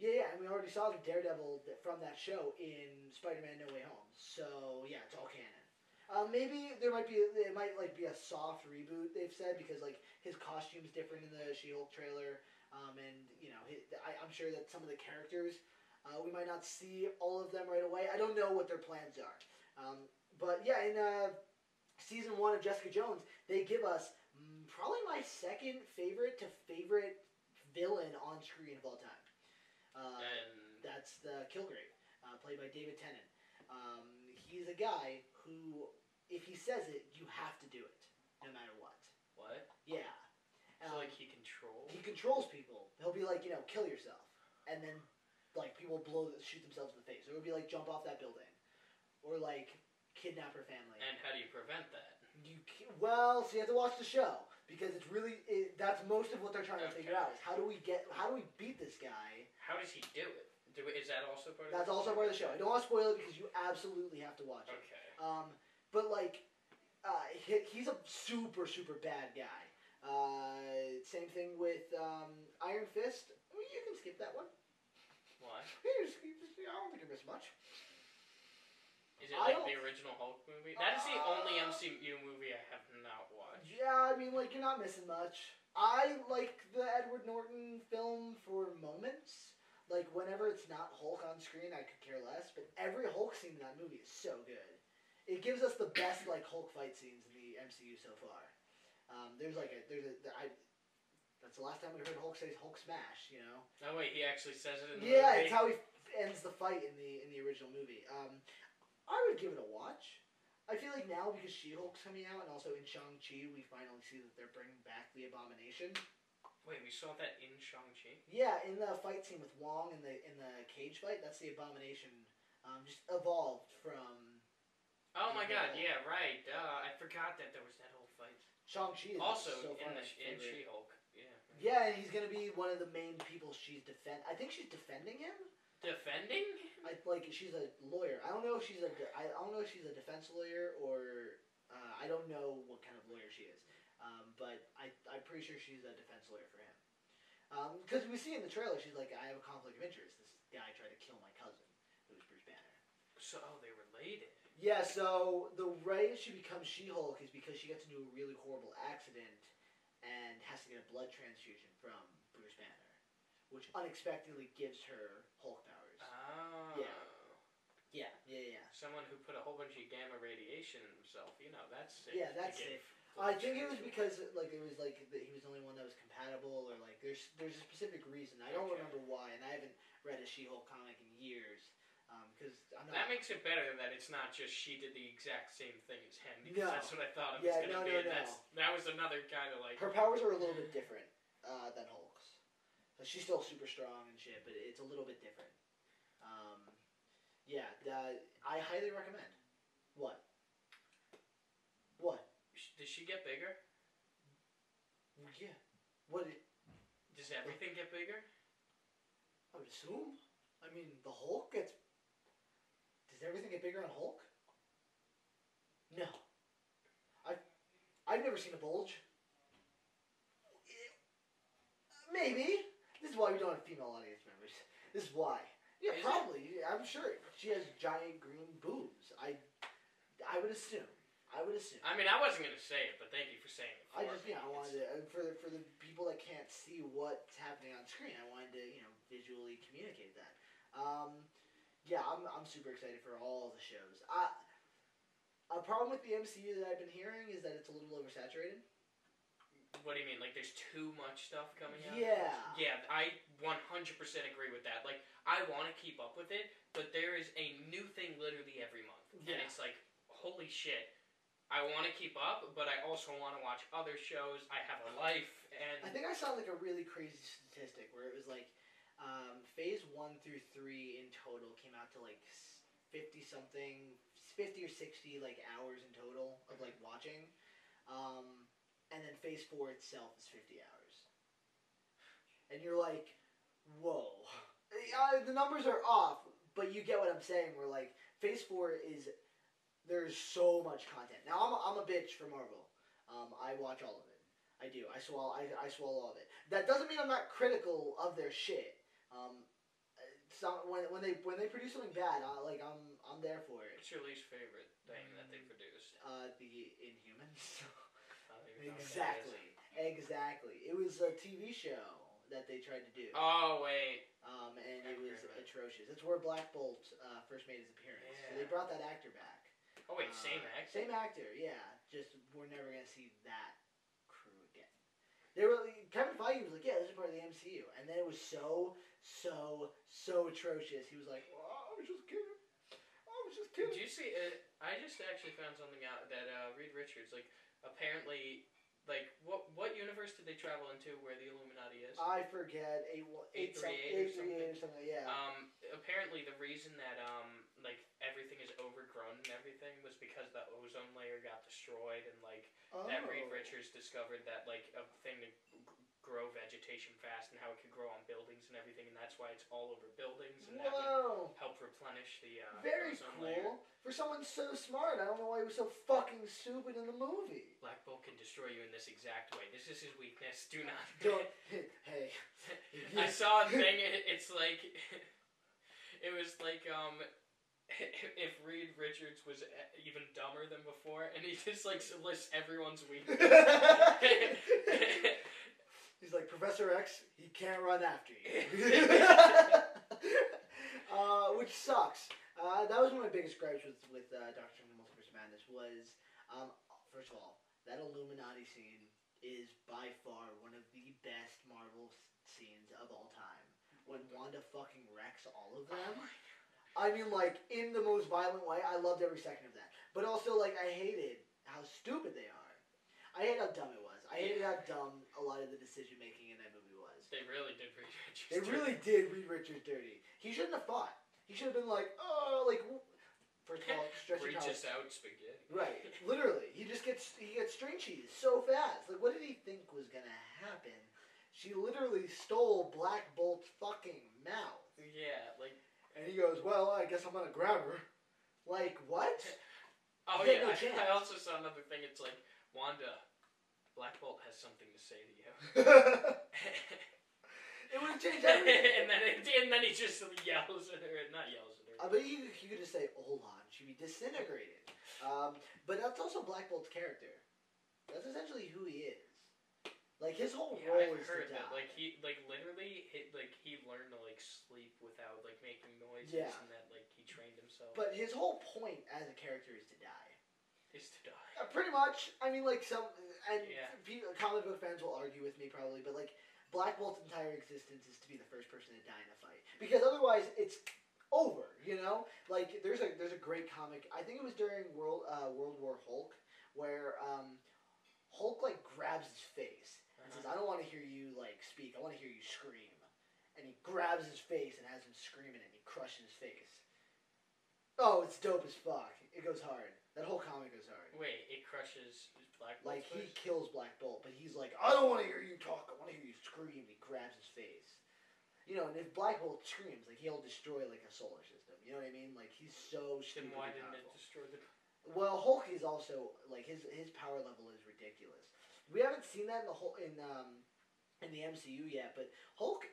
Yeah, yeah, and we already saw the Daredevil that, from that show in Spider-Man: No Way Home. So yeah, it's all canon. Um, maybe there might be it might like be a soft reboot they've said because like his costume's different in the She-Hulk trailer, um, and you know hi I, I'm sure that some of the characters uh, we might not see all of them right away. I don't know what their plans are, um, but yeah, in uh, season one of Jessica Jones, they give us mm, probably my second favorite to favorite villain on screen of all time. Uh, and that's the Kilgrave, uh, played by David Tennant. Um, he's a guy who, if he says it, you have to do it, no matter what. what? Yeah. so Um, like he controls. he controls people. He'll be like, you know, kill yourself, and then like people blow shoot themselves in the face. Or it'll be like jump off that building, or like kidnap her family. and how do you prevent that? You ca well, so you have to watch the show because it's really it, that's most of what they're trying to Okay. figure out is how do we get how do we beat this guy. How does he do it? Do is that also part of? That's the also part of the show. I don't want to spoil it because you absolutely have to watch it. Okay. Um, but like, uh, he, he's a super super bad guy. Uh, same thing with um, Iron Fist. I mean, you can skip that one. What? You just- you just- I don't think it missed much. Is it I like don't- the original Hulk movie? That is the only Uh, MCU movie I have not watched. Yeah, I mean, like you're not missing much. I like the Edward Norton film for moments. Like whenever it's not Hulk on screen, I could care less. But every Hulk scene in that movie is so good. It gives us the best like Hulk fight scenes in the MCU so far. Um, there's like a there's a I. That's the last time we heard Hulk say Hulk smash. You know. No wait, he actually says it in the Yeah, movie. it's how he f- ends the fight in the in the original movie. Um, I would give it a watch. I feel like now because She Hulk's coming out, and also in Shang Chi, we finally see that they're bringing back the Abomination. wait, we saw that in Shang Chi. Yeah, in the fight scene with Wong in the in the cage fight, that's the Abomination. Um, just evolved from Oh my Yeah. God! Yeah, right. Duh, I forgot that there was that whole fight. Shang Chi. Also so far in the my in favorite. She Hulk. Yeah. Yeah, and he's gonna be one of the main people she's defend. I think she's defending him. Defending? I like she's a lawyer. I don't know if she's a de- I don't know if she's a defense lawyer or uh, I don't know what kind of lawyer she is. Um, but I I'm pretty sure she's a defense lawyer for him. Because we see in the trailer, she's like, I have a conflict of interest. This guy tried to kill my cousin, who was Bruce Banner. So oh, they related. Yeah. So the way she becomes She-Hulk is because she gets into a really horrible accident and has to get a blood transfusion from Bruce Banner, which unexpectedly gives her Hulk powers. Oh. yeah. Yeah. Yeah. Someone who put a whole bunch of gamma radiation in himself. You know that's safe. Yeah, to that's give safe. I blood think it was transfusion. because like it was like that he was the only one that was compatible, or like there's there's a specific reason. I don't Okay. remember why, and I haven't read a She-Hulk comic in years because I'm not. That makes it better that it's not just she did the exact same thing as him because No. that's what I thought it Yeah, was gonna no, no, be. and no. That's that was another kind of like Her powers are a little bit different uh, than Hulk's. So she's still super strong and shit, but it's a little bit different. Um, yeah, the, I highly recommend. What? Did she get bigger? Yeah. What? It, Does everything get bigger? I would assume. I mean, the Hulk gets. Does everything get bigger on Hulk? No. I, I've never seen a bulge. Maybe. This is why we don't have female audience members. This is why. Is Yeah, it? probably. I'm sure she has giant green boobs. I, I would assume. I would assume. I mean, I wasn't gonna say it, but thank you for saying it. I for just, me. you know, I It's- wanted to, and for the, for the people that can't see what's happening on screen, I wanted to, you know, visually communicate that. Um, yeah, I'm, I'm super excited for all the shows. I, a problem with the MCU that I've been hearing is that it's a little oversaturated. What do you mean? Like, there's too much stuff coming out? Yeah. Yeah, I 100% agree with that. Like, I want to keep up with it, but there is a new thing literally every month. And Yeah. it's like, holy shit. I want to keep up, but I also want to watch other shows. I have a life, I and think I saw like a really crazy statistic where it was like um, phase one through three in total came out to like fifty something, fifty or sixty like hours in total of like watching, um, and then phase four itself is fifty hours, and you're like, whoa, uh, the numbers are off, but you get what I'm saying. We're like phase four is there's so much content. Now I'm a, I'm a bitch for Marvel. Um, I watch all of it. I do. I swallow. I, I swallow all of it. That doesn't mean I'm not critical of their shit. Um, it's not, when, when they when they produce something bad, I, like I'm I'm there for it. it's your least favorite thing that they produced. Uh, the Inhumans. I don't even know what that is. exactly. Exactly. It was a TV show that they tried to do. Oh, wait. Um, and I it was remember. atrocious. That's where Black Bolt uh, first made his appearance. So they Yeah. brought that actor back. Oh, wait, same Uh, actor? Same actor, yeah. Just we're never gonna see that crew again. They were Kevin Feige was like, yeah, this is part of the MCU, and then it was so, so, so atrocious. He was like, oh, I was just kidding. I was just Did kidding. you see? Uh, I just actually found something out that uh, Reed Richards, like, apparently, like, what what universe did they travel into where the Illuminati is? I forget eight one eight some- 838 or eight three eight or something. Yeah. Um, apparently the reason that um like everything is overgrown and everything was because the ozone layer got destroyed and like Um, that Reed Oh. Richards discovered that like a thing to g- grow vegetation fast and how it could grow on buildings and everything and that's why it's all over buildings and that would Whoa. help replenish the uh, Very ozone cool. layer. For someone so smart, I don't know why he was so fucking stupid in the movie. Black Bolt can destroy you in this exact way. This is his weakness. Do not. Don't. hey. I saw a thing. it- It's like it was like um if Reed Richards was e- even dumber than before, and he just like lists everyone's weakness. He's like Professor X. He can't run after you, uh, which sucks. Uh, that was one of my biggest gripes with with uh, Doctor Strange: in the Multiverse of Madness was, um, first of all, that Illuminati scene is by far one of the best Marvel s- scenes of all time. When Wanda fucking wrecks all of them. I mean, like in the most violent way. I loved every second of that, but also like I hated how stupid they are. I hated how dumb it was. I hated how dumb a lot of the decision making in that movie was. they really did Reed Richards. They dirty. really did Reed Richards dirty. He shouldn't have fought. He should have been like, oh, like w- first of all, stretch your reaches powers. out spaghetti. Right, literally, he just gets he gets string cheese so fast. Like, what did he think was gonna happen? She literally stole Black Bolt's fucking mouth. Yeah, like And he goes, Well, I guess I'm gonna grab her. Like, what? oh He had yeah. no I- chance. I, also saw another thing. It's like Wanda, Black Bolt has something to say to you. it would have changed everything. and then it, and then he just yells at her, not yells at her. I bet you, you could just say, Hold on, she'd be disintegrated. Um, but that's also Black Bolt's character. That's essentially who he is. Like, his whole Yeah, role I've is heard to that. die. Like he, like literally, hit, like he learned to like sleep without like making noises, Yeah. and that like he trained himself. but his whole point as a character is to die. is to die. Uh, pretty much. I mean, like some and Yeah. people, comic book fans will argue with me probably, but like Black Bolt's entire existence is to be the first person to die in a fight because otherwise it's over. You know, like there's a there's a great comic. I think it was during World uh, World War Hulk where um, Hulk like grabs his face and says, Uh-huh. "I don't want to hear you like speak. I want to hear you scream." And he grabs his face and has him screaming, and he crushes his face. Oh, it's dope as fuck. It goes hard. That whole comic goes hard. Wait, it crushes Black Bolt. Like he kills Black Bolt, but he's like, I don't want to hear you talk. I want to hear you scream. And he grabs his face. You know, and if Black Bolt screams, like he'll destroy like a solar system. You know what I mean? Like he's so Then stupid. why and didn't it powerful. destroy the? Well, Hulk is also like his his power level is ridiculous. We haven't seen that in the whole in um in the MCU yet, but Hulk.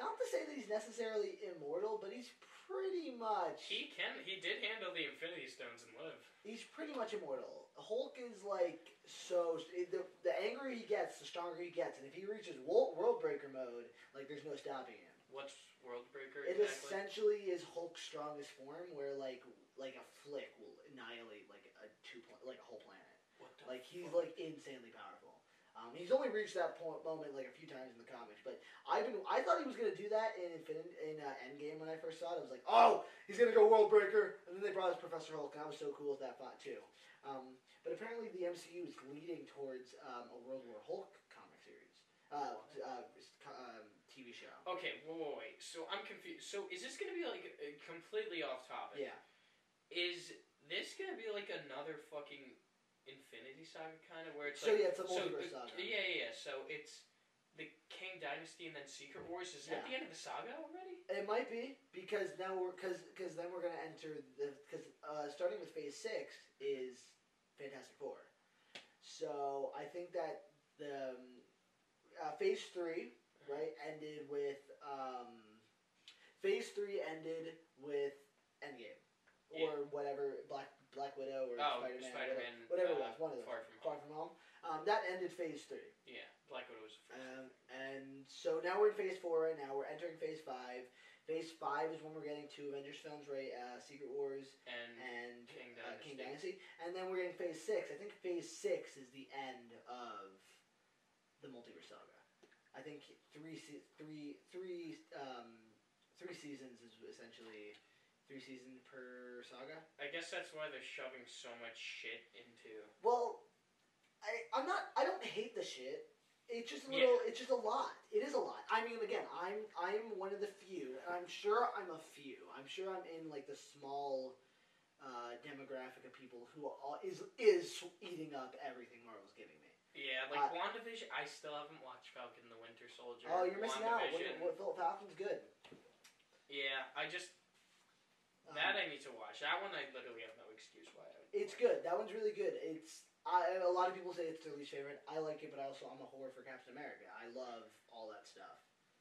Not to say that he's necessarily immortal, but he's pretty much He can. He did handle the Infinity Stones and live. he's pretty much immortal. Hulk is like so the the angrier he gets, the stronger he gets, and if he reaches world worldbreaker mode, like there's no stopping him. What's Worldbreaker It exactly? essentially is Hulk's strongest form, where like like a flick will annihilate like a two pla- like a whole planet. what the Like he's fuck? like insanely powerful. Um, he's only reached that point moment like a few times in the comics, but I've been I thought he was gonna do that in Infinite in uh, Endgame when I first saw it. I was like, oh, he's gonna go Worldbreaker, and then they brought us Professor Hulk, and I was so cool with that thought too. Um, but apparently the MCU is leading towards um, a World War Hulk comic series, uh, t- uh, s- co- um, TV show. Okay, whoa, whoa, wait. So I'm confused. So is this gonna be like uh, completely off topic? Yeah, Is this gonna be like another fucking Infinity Saga kind of where it's So, like yeah, it's a so multiverse the- saga. Yeah, yeah, yeah. So it's the King Dynasty and then Secret Wars. Is that Yeah. the end of the saga already? it might be because now we're because because then we're gonna enter the because uh, starting with Phase Six is Fantastic Four. So I think that the um, uh, phase three right ended with um, phase three ended with Endgame or whatever Black Black Widow or Oh, Spider Man Spider-Man, whatever, whatever uh, it was one of them Far From Far From Home um, that ended phase three Yeah, Black Widow was the first. um, and so now we're in phase four right now we're entering phase five phase five is when we're getting two Avengers films right uh, Secret Wars and and Mm-hmm. King uh, King Dynasty. Dynasty, and then we're in Phase Six. I think Phase Six is the end of the multiverse saga. I think three, se- three, three, um, three seasons is essentially three seasons per saga. I guess that's why they're shoving so much shit into. Well, I, I'm not. I don't hate the shit. It's just a Yeah. little. It's just a lot. It is a lot. I mean, again, I'm I'm one of the few, and I'm sure I'm a few. I'm sure I'm in like the small uh, demographic of people who all, is is eating up everything Marvel's giving me. Yeah, like WandaVision. I still haven't watched Falcon and the Winter Soldier. Uh, Oh, you're missing out. What, WandaVision. what Phil Falcon's good. Yeah, I just Um, that I need to watch. That one I literally have no excuse why I. Would it's good. That one's really good. It's I, a lot of people say it's their least favorite. I like it, but I also I'm a whore for Captain America. I love all that stuff.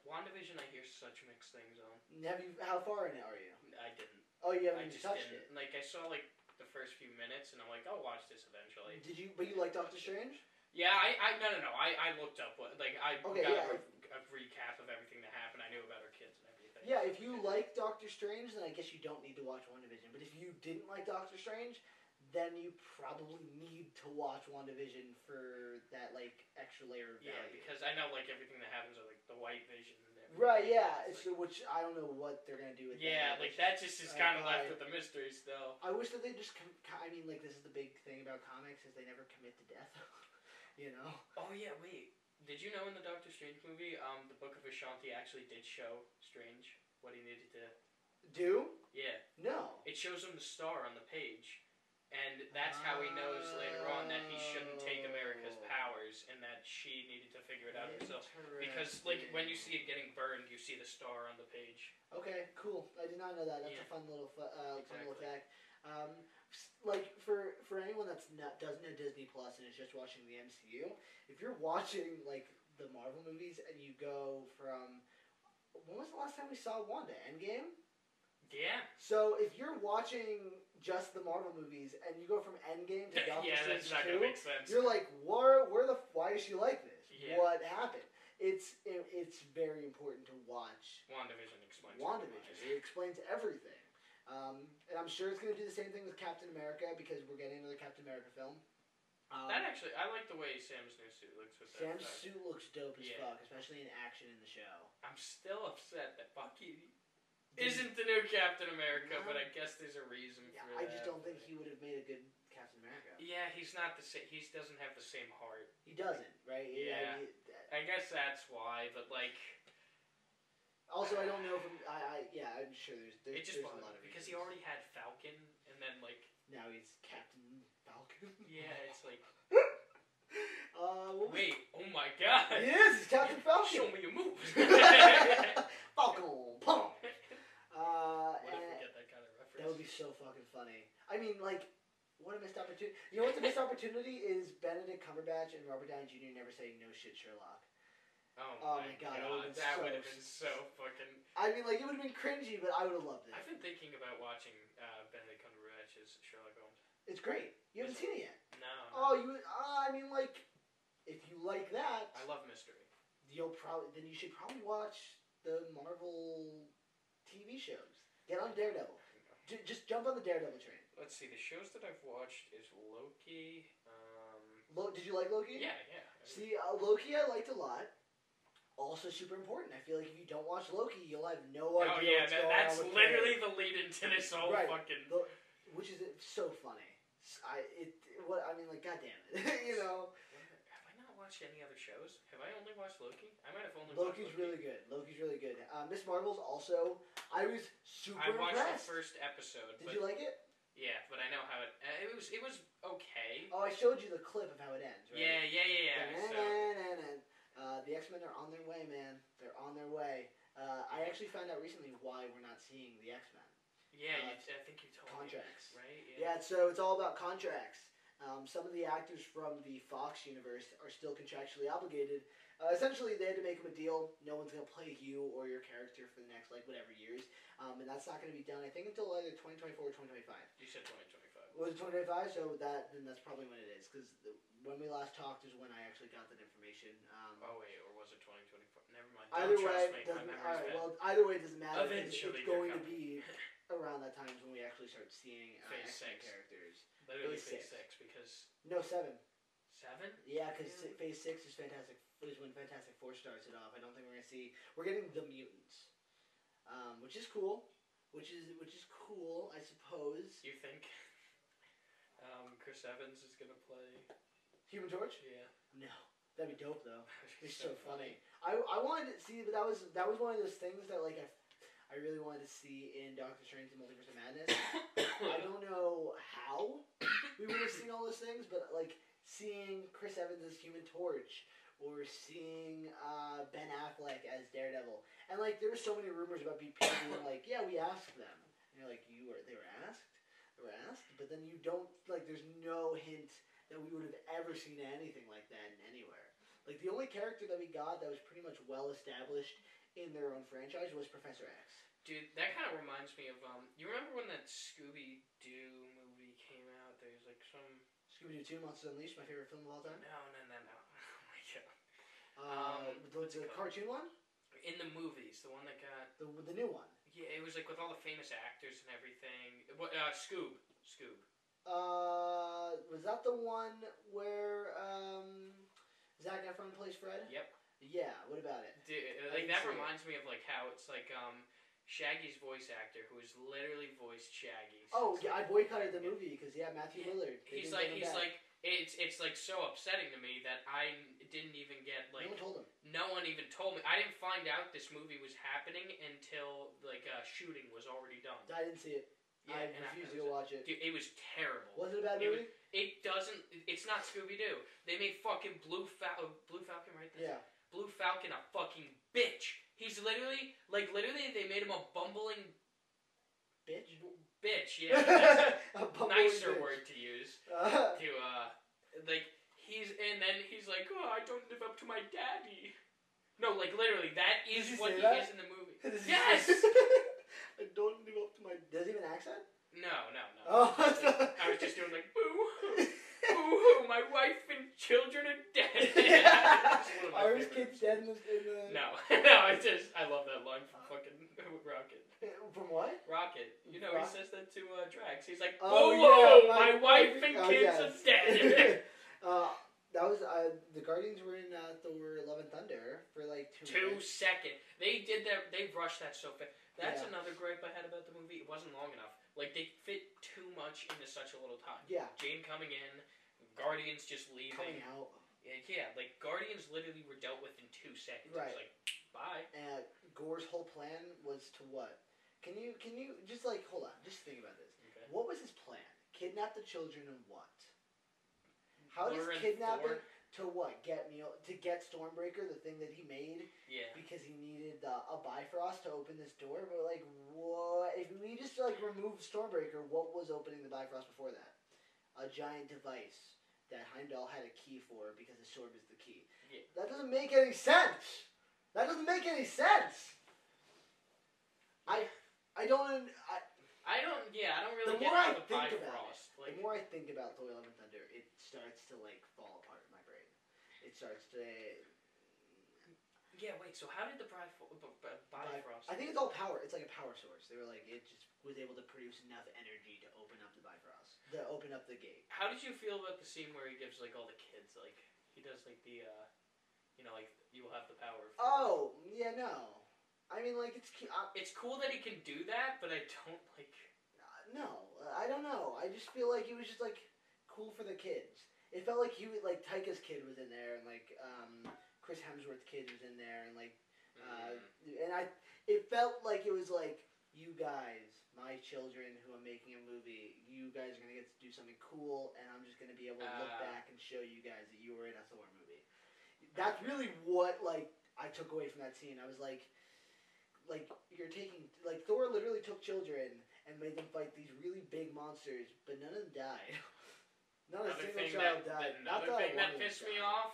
WandaVision. I hear such mixed things on. Have you? How far in it are you? I didn't. Oh, you I haven't even just touched didn't. Like I saw like the first few minutes, and I'm like, I'll watch this eventually. it. Did you? But you like Doctor Strange? Yeah, I, I no no no. I, I looked up what like I Okay, got yeah, a, re- a recap of everything that happened. I knew about her kids and everything. Yeah. If you like Doctor Strange, then I guess you don't need to watch WandaVision. But if you didn't like Doctor Strange, then you probably need to watch WandaVision for that like extra layer of Yeah, value. because I know like everything that happens with like the White Vision. And everything. Right. Yeah. It's So which I don't know what they're gonna do like, with. yeah, that. like that just is Uh, kind of left I- with the mystery still. I wish that they just. Com- co- I mean, like this is the big thing about comics is they never commit to death. you know. Oh yeah, wait. Did you know in the Doctor Strange movie, um, the Book of Ashanti actually did show Strange what he needed to? Do? Yeah, No. it shows him the star on the page, and that's how he knows later on that he shouldn't take America's Oh. powers and that she needed to figure it out herself. Because like when you see it getting burned, you see the star on the page. Okay, cool. I did not know that. That's Yeah. a fun little fu- uh, fun little Exactly. fact. Um, s- like for for anyone that's not doesn't know Disney Plus and is just watching the MCU, if you're watching like the Marvel movies and you go from when was the last time we saw Wanda Endgame? Yeah, So if you're watching just the Marvel movies and you go from Endgame to Doctor yeah, Strange that's not two, gonna make sense. you're like, where, where the, why is she like this? Yeah. What happened? It's it, it's very important to watch WandaVision explains. it. WandaVision. It explains everything. Um, and I'm sure it's going to do the same thing with Captain America because we're getting another Captain America film. Um, That actually, I like the way Sam's new suit looks with that. Sam's effect. suit looks dope as Yeah. fuck, especially in action in the show. I'm still upset that Bucky isn't the new Captain America, but I guess there's a reason Yeah, for I that. just don't think he would have made a good Captain America. Yeah, he's not the same. He doesn't have the same heart. He doesn't, right? Yeah. I mean, that- I guess that's why. But like, Also, I don't know if I'm, I, I yeah, I'm sure there's there, It just there's a bothered lot of me because he reasons. already had Falcon, and then like now he's Captain Falcon. yeah, it's like Uh, what was- wait, oh my god, He is. He's Captain show Falcon. me your moves. Falcon. Pum. Uh, What if we and- get that kind of reference? That would be so fucking funny. I mean, like, what a missed opportunity. You know what's a missed opportunity is Benedict Cumberbatch and Robert Downey Jr. never saying no shit Sherlock. oh, oh my my God, that would've been that so would have been s- so fucking. I mean, like, it would have been cringy, but I would have loved it. I've been thinking about watching uh, Benedict Cumberbatch's Sherlock Holmes. It's great. You haven't seen it yet. No, Oh, you. Uh, I mean, like, if you like that, I love mystery. you'll probably then you should probably watch the Marvel TV shows. Get on Daredevil. J- just jump on the Daredevil train. Let's see. The shows that I've watched is Loki. Um, Lo- Did you like Loki? yeah, yeah. I mean, See, uh, Loki I liked a lot. Also super important. I feel like if you don't watch Loki, you'll have no idea. oh yeah, what's that, going on that's with the literally the lead into this whole Right. fucking. character. which is uh, so funny. S- I it what I mean like goddamn it, you know. Have I not watched any other shows? Have I only watched Loki? I might have only Loki's watched Loki. really good. Loki's really good. Uh, Miss Marvel's also. I was super I watched impressed. the first episode. Did but, you like it? Yeah, but I know how it. Uh, it was. It was okay. Oh, I showed you the clip of how it ends. Right? Yeah, yeah, yeah, yeah. So, Da-na-na-na-na. Uh, the X Men are on their way, man. They're on their way. Uh, I actually found out recently why we're not seeing the X Men yeah, you, uh, I think you told contracts. me right. Yeah, so it's all about contracts. Um, some of the actors from the Fox universe are still contractually obligated. Uh, essentially, they had to make them a deal. No one's going to play you or your character for the next, like, whatever years. Um, and that's not going to be done, I think, until either 2024 or 2025. You said 2025. Was it 2025? So that, then that's probably when it is. Because when we last talked is when I actually got that information. Um, Oh wait, or was it 2024? Never mind. either Don't way, trust me. My doesn't, memory's all right, bad. well, either way, it doesn't matter. because Eventually, it's they're going to coming. be around that time is when we actually start seeing uh, Phase X-Men six. characters. Literally Phase phase six. six because No, seven. seven. Yeah, because Yeah. Phase Six is Fantastic is when Fantastic Four starts it off. I don't think we're gonna see. We're getting the mutants, um, which is cool. Which is which is cool, I suppose. You think um, Chris Evans is gonna play? Human Torch? Yeah. No, that'd be dope though. That'd be It's so funny. I, I wanted to see, but that was that was one of those things that like I, I really wanted to see in Doctor Strange and Multiverse of Madness. I don't know how we would have seen all those things, but like seeing Chris Evans as Human Torch or seeing uh, Ben Affleck as Daredevil, and like there were so many rumors about people being like, "Yeah, we asked them," and you're like, "You were they were asked, they were asked," but then you don't like. There's no hint that we would have ever seen anything like that in anywhere. Like the only character that we got that was pretty much well established in their own franchise was Professor X. Dude, that kind of reminds me of um. You remember when that Scooby Doo movie came out? There was like some. Scooby Doo Two Monsters Unleashed, my favorite film of all No, time. no, no, no. Oh my god. Uh, Um, the, what's it the called? cartoon one, In the movies, the one that got the, the new one. yeah, it was like with all the famous actors and everything. What uh, Scoob, Scoob. Uh, was that the one where um, Zac Efron plays Fred? Yep. Yeah. What about it? Dude, I like didn't that see it. reminds me of like how it's like um Shaggy's voice actor who has literally voiced Shaggy. since, Oh, yeah, I like, boycotted the fucking- movie because yeah, Matthew Yeah. Lillard. They He's didn't like bring him he's back. like it's it's like so upsetting to me that I didn't even get like no one told him. no one even told me. I didn't find out this movie was happening until like uh, shooting was already done. I didn't see it. I and refused it to go was- watch it. Dude, it was terrible. Was it a bad it was- movie? It doesn't. It's not Scooby Doo. They made fucking Blue Fal- oh, Blue Falcon right there. yeah. Blue Falcon a fucking bitch. He's literally like literally they made him a bumbling Bitch. bitch. Yeah, that's a A bumbling nicer bitch. word to use Uh, to uh like he's and then he's like oh I don't live up to my daddy. No, like literally that Did is you what say he that? is in the movie. this is- Yes! I don't live up to my. Does he have an accent? No, no, no. Oh. I was just doing like boo. Boo hoo, my wife and children are dead. It's one of my Irish favorites. kids dead in the, in the No, no, I just I love that line from fucking Rocket. from what? Rocket, you know Rock- he says that to uh, Drax. He's like, Oh, "Oh, yeah, whoa, my, my- wife and oh, kids yes. are dead." uh, that was uh, the Guardians were in uh, Thor: Love and Thunder for like two. Two minutes. second. They did that. They rushed that so fast. That's Yeah. another gripe I had about the movie. It wasn't long enough. Like they fit too much into such a little time. Yeah, Jane coming in, Guardians just coming leaving. out. Yeah, yeah, like Guardians literally were dealt with in two seconds. It Right. was like, bye. Uh, Gore's whole plan was to what? Can you can you just like hold on? Just think about this. Okay. What was his plan? Kidnap the children and what? How does Lauren kidnapping Thor- to what get Neil to get Stormbreaker the thing that he made Yeah. because he needed uh, a Bifrost to open this door? But like, what if we just like remove Stormbreaker? What was opening the Bifrost before that? A giant device that Heimdall had a key for because his sword was the key. Yeah. That doesn't make any sense. That doesn't make any sense. I I don't. I, I don't. Yeah, I don't really The get more I how the think about Bifrost. Like, the more I think about Thor: Love and Thunder, it starts to like fall apart in my brain. It starts to. yeah. Wait. So how did the Bifrost? B- b- Bifrost I think it's all power. It's like a power source. They were like it just was able to produce enough energy to open up the Bifrost, to open up the gate. How did you feel about the scene where he gives like all the kids like he does like the uh, you know like you will have the power. Of Oh yeah, no. I mean, like it's cu- uh, It's cool that he can do that, but I don't like. no. I don't know. I just feel like it was just like cool for the kids. It felt like he would like Tyka's kid was in there, and like um, Chris Hemsworth's kid was in there, and like. Uh, Mm. and I, it felt like it was like you guys, my children who are making a movie. You guys are gonna get to do something cool, and I'm just gonna be able to look Ah. back and show you guys that you were in a Thor movie. That's really what like I took away from that scene. I was like, like you're taking like Thor literally took children and made them fight these really big monsters, but none of them died. Not a another single thing child that, died. that- Not another thing I that wanted to pissed me die. off.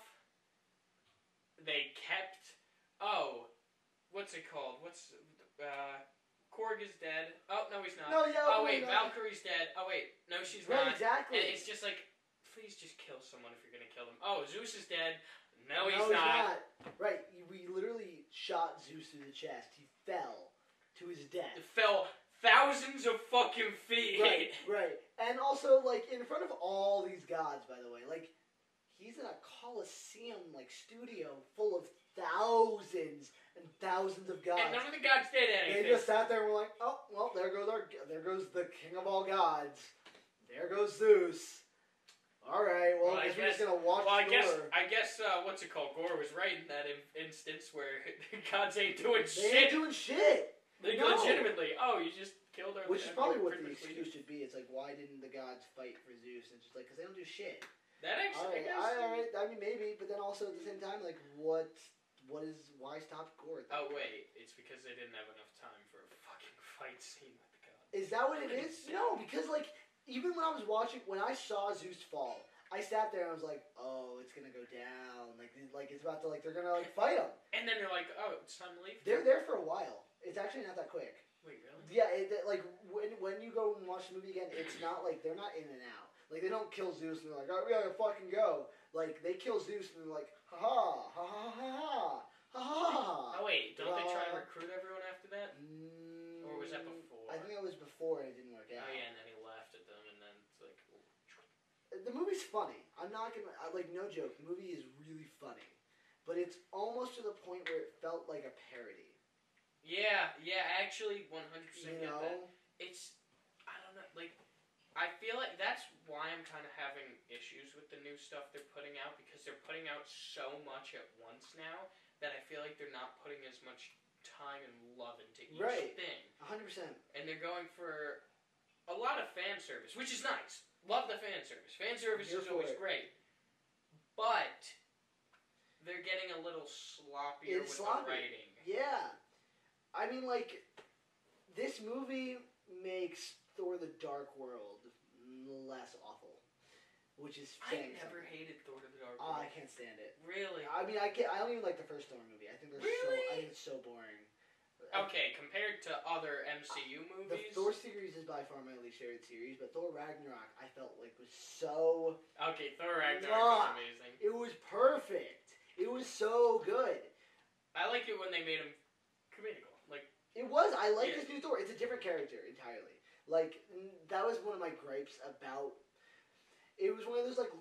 They kept. Oh, what's it called? What's uh, Korg is dead. Oh no, he's not. No, yeah. oh no, wait, no. Valkyrie's dead. Oh wait, no, she's Right, not. exactly. And it's just like, please just kill someone if you're gonna kill them. Oh, Zeus is dead. No, No, he's, not. Right, you- we literally shot Zeus through the chest. He fell to his death. It fell thousands of fucking feet. Right, right. And also, like, in front of all these gods, by the way, like, he's in a coliseum, like, studio full of thousands and thousands of gods. And none of the gods did They anything. just sat there and were like, oh, well, there goes our, there goes the king of all gods. There goes Zeus. All right, well, Well, I I guess- guess, we're just gonna watch well, I guess Thor. I guess uh, what's it called? Gore was right in that in- instance where the gods ain't doing They shit. ain't doing shit. Like No. legitimately, oh, you just killed our. Which I is mean, probably what pretty the much we excuse did. should be. It's like, why didn't the gods fight for Zeus? And it's just like, because they don't do shit. That All actually, I right, guess. I, all right. I mean, maybe, but then also at the same time, like, what, what is, why stop Gore? at that Oh point? wait, it's because they didn't have enough time for a fucking fight scene with the gods. Is that what it is? No, because like, even when I was watching, when I saw Zeus fall, I sat there and I was like, oh, it's gonna go down. Like, th- like it's about to like they're gonna like fight him. And then they're like, oh, it's time to leave. They're there for a while. It's actually not that quick. Wait, really? Yeah, it, that, like when when you go and watch the movie again, it's not like they're not in and out. Like they don't kill Zeus and they're like, oh, we gotta fucking go. Like they kill Zeus and they're like, ha ha ha ha ha ha ha ha. Oh wait, don't they try to Uh, recruit everyone after that? Mm, Or was that before? I think that was before and it didn't work out. Oh yeah, and then he laughed at them, and then it's like, The movie's funny. I'm not gonna I, like no joke. The movie is really funny, but it's almost to the point where it felt like a parody. yeah, yeah, actually, one hundred percent You get that. know? It's, I don't know, like, I feel like that's why I'm kind of having issues with the new stuff they're putting out because they're putting out so much at once now that I feel like they're not putting as much time and love into each Right. thing, hundred percent. and they're going for a lot of fan service, which is nice. Love the fan service. Fan service Here is for always it. great, but they're getting a little sloppier It's with sloppy. the writing. Yeah. I mean, like, this movie makes Thor the Dark World less awful, which is I saying never something. hated Thor the Dark Oh, I World. can't stand it. really? I mean, I, can't, I don't even like the first Thor movie. I think they're so, I Really? think it's so boring. Okay, compared to other MCU The movies. Thor series is by far my least favorite series, but Thor Ragnarok I felt like was so okay, Thor Ragnarok is Nah. amazing. it was perfect. It was so good. I like it when they made him comedical. Like, It was. I like Yeah. this new Thor. It's a different character entirely. Like n- that was one of my gripes about. It was one of those like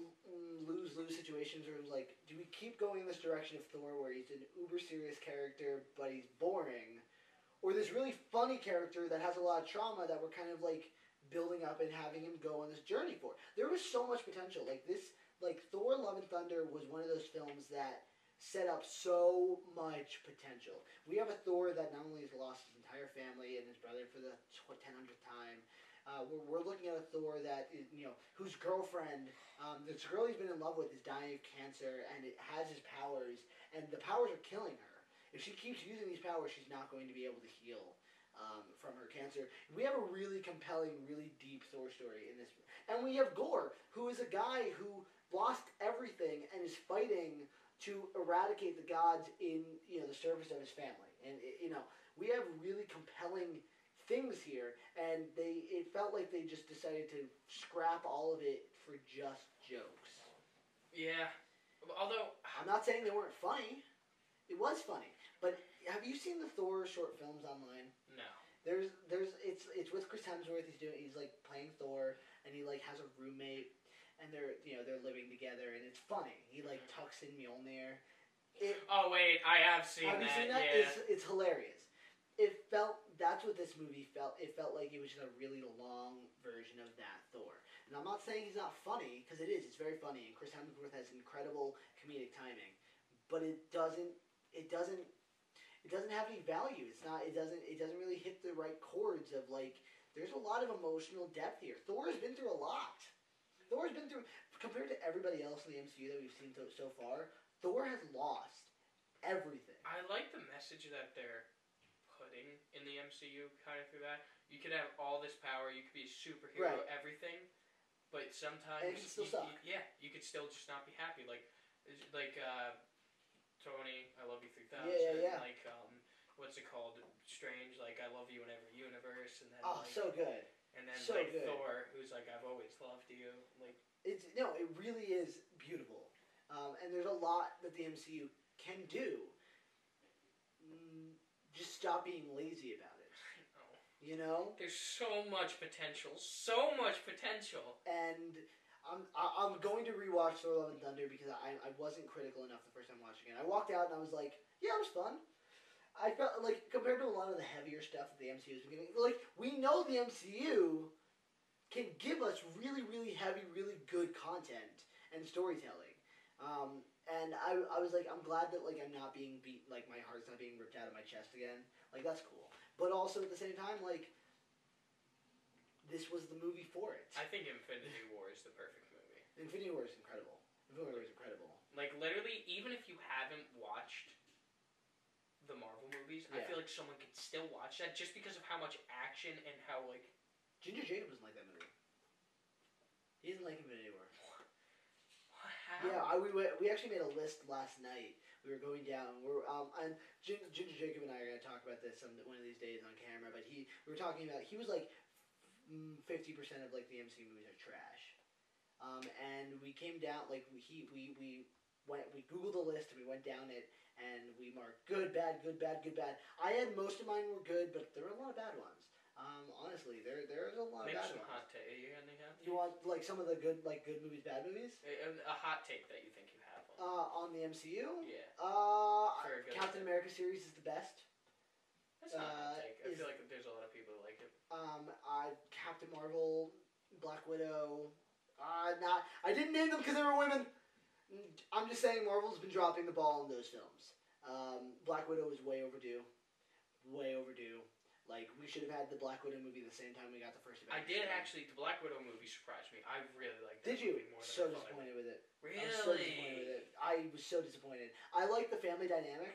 lose lose situations where it was like, do we keep going in this direction of Thor where he's an uber serious character but he's boring, or this really funny character that has a lot of trauma that we're kind of like building up and having him go on this journey for. There was so much potential. Like this, like Thor: Love and Thunder was one of those films that set up so much potential. We have a Thor that not only has lost his entire family and his brother for the ten hundredth time. Uh, we're, we're looking at a Thor that is, you know whose girlfriend, um, this girl he's been in love with, is dying of cancer, and it has his powers, and the powers are killing her. If she keeps using these powers, she's not going to be able to heal um, from her cancer. We have a really compelling, really deep Thor story in this, and we have Gore, who is a guy who lost everything and is fighting to eradicate the gods in you know the service of his family and it- you know we have really compelling things here and they it felt like they just decided to scrap all of it for just jokes Yeah. Although, i'm not saying they weren't funny it was funny but have you seen the thor short films online no. there's there's it's it's with Chris Hemsworth. He's doing he's like playing Thor, and he like has a roommate, and they're you know they're living together, and it's funny. He like tucks in Mjolnir. It, Oh wait, I have seen have that. you seen that? Yeah. It's it's hilarious. It felt that's what this movie felt. It felt like it was just a really long version of that Thor. And I'm not saying he's not funny because it is. It's very funny, and Chris Hemsworth has incredible comedic timing, but it doesn't. It doesn't it doesn't have any value. It's not. It doesn't. It doesn't really hit the right chords of like. There's a lot of emotional depth here. Thor's been through a lot. Thor's been through compared to everybody else in the MCU that we've seen so, so far. Thor has lost everything. I like the message that they're putting in the MCU kind of through that. You could have all this power, you could be a superhero, Right. everything, but sometimes And it can still you, suck. you- yeah, you could still just not be happy. Like is- like uh, Tony, I love you three thousand. Yeah, yeah, yeah. Like um, what's it called? Strange, like I love you in every universe, and then Oh, like, so good. and then so like good. Thor, who's like I've always loved you. Like It's no. It really is beautiful. Um, and there's a lot that the MCU can do. Mm, just stop being lazy about it. oh, You know. there's so much potential, so much potential. and I'm I- I'm going to rewatch Thor: Love and Thunder because I I wasn't critical enough the first time watching it. I walked out and I was like, yeah, it was fun. I felt like compared to a lot of the heavier stuff that the MCU has been giving, like we know the MCU can give us really really heavy, really good content and storytelling. Um, and I, I was like, I'm glad that like I'm not being beat, like my heart's not being ripped out of my chest again. Like that's cool. But also at the same time, like this was the movie for it. I think Infinity War is the perfect movie. Infinity War is incredible. Infinity War is incredible. Like literally, even if you haven't watched the Marvel movies, I Yeah. feel like someone could still watch that just because of how much action and how like Ginger Jacob doesn't like that movie. He doesn't like Infinity War. how Yeah, I, we went- we actually made a list last night. We were going down. We're um and Gin, Ginger Jacob and I are gonna talk about this some one of these days on camera. But he we were talking about he was like mm, fifty percent of like the MC movies are trash. Um, and we came down like we he, we we went we googled the list and we went down it and we marked good bad good bad good bad. I had most of mine were good, but there were a lot of bad ones. Um, honestly, there there's a lot Maybe of bad some ones. hot take. You got any hot You want like some of the good like good movies bad movies a, a hot take that you think you have? uh, On. on the MCU? yeah, Uh, Very good. Captain America series is the best. that's not a hot uh, take. I is- feel like there's a lot of people that like it. Um, I Captain Marvel, Black Widow. Uh, not I didn't name them because they were women. Mm, I'm just saying Marvel's been dropping the ball in those films. Um, Black Widow is way overdue, way overdue. Like we should have had the Black Widow movie the same time we got the first. I Avengers did film. actually. The Black Widow movie surprised me. I really liked. that Did you? Movie more than So I thought I would. disappointed with it. Really? I was so disappointed with it. I was so disappointed. I like the family dynamic.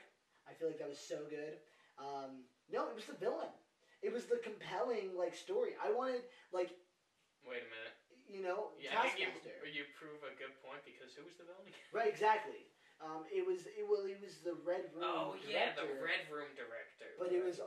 I feel like that was so good. Um, no, it was the villain. It was the compelling like story. I wanted like Wait a minute. you know Yeah, I think Taskmaster. you, you prove a good point because who was the villain? again? Right, exactly. Um, it was it well it was the Red Room. Oh yeah, the director, Red Room director. But it was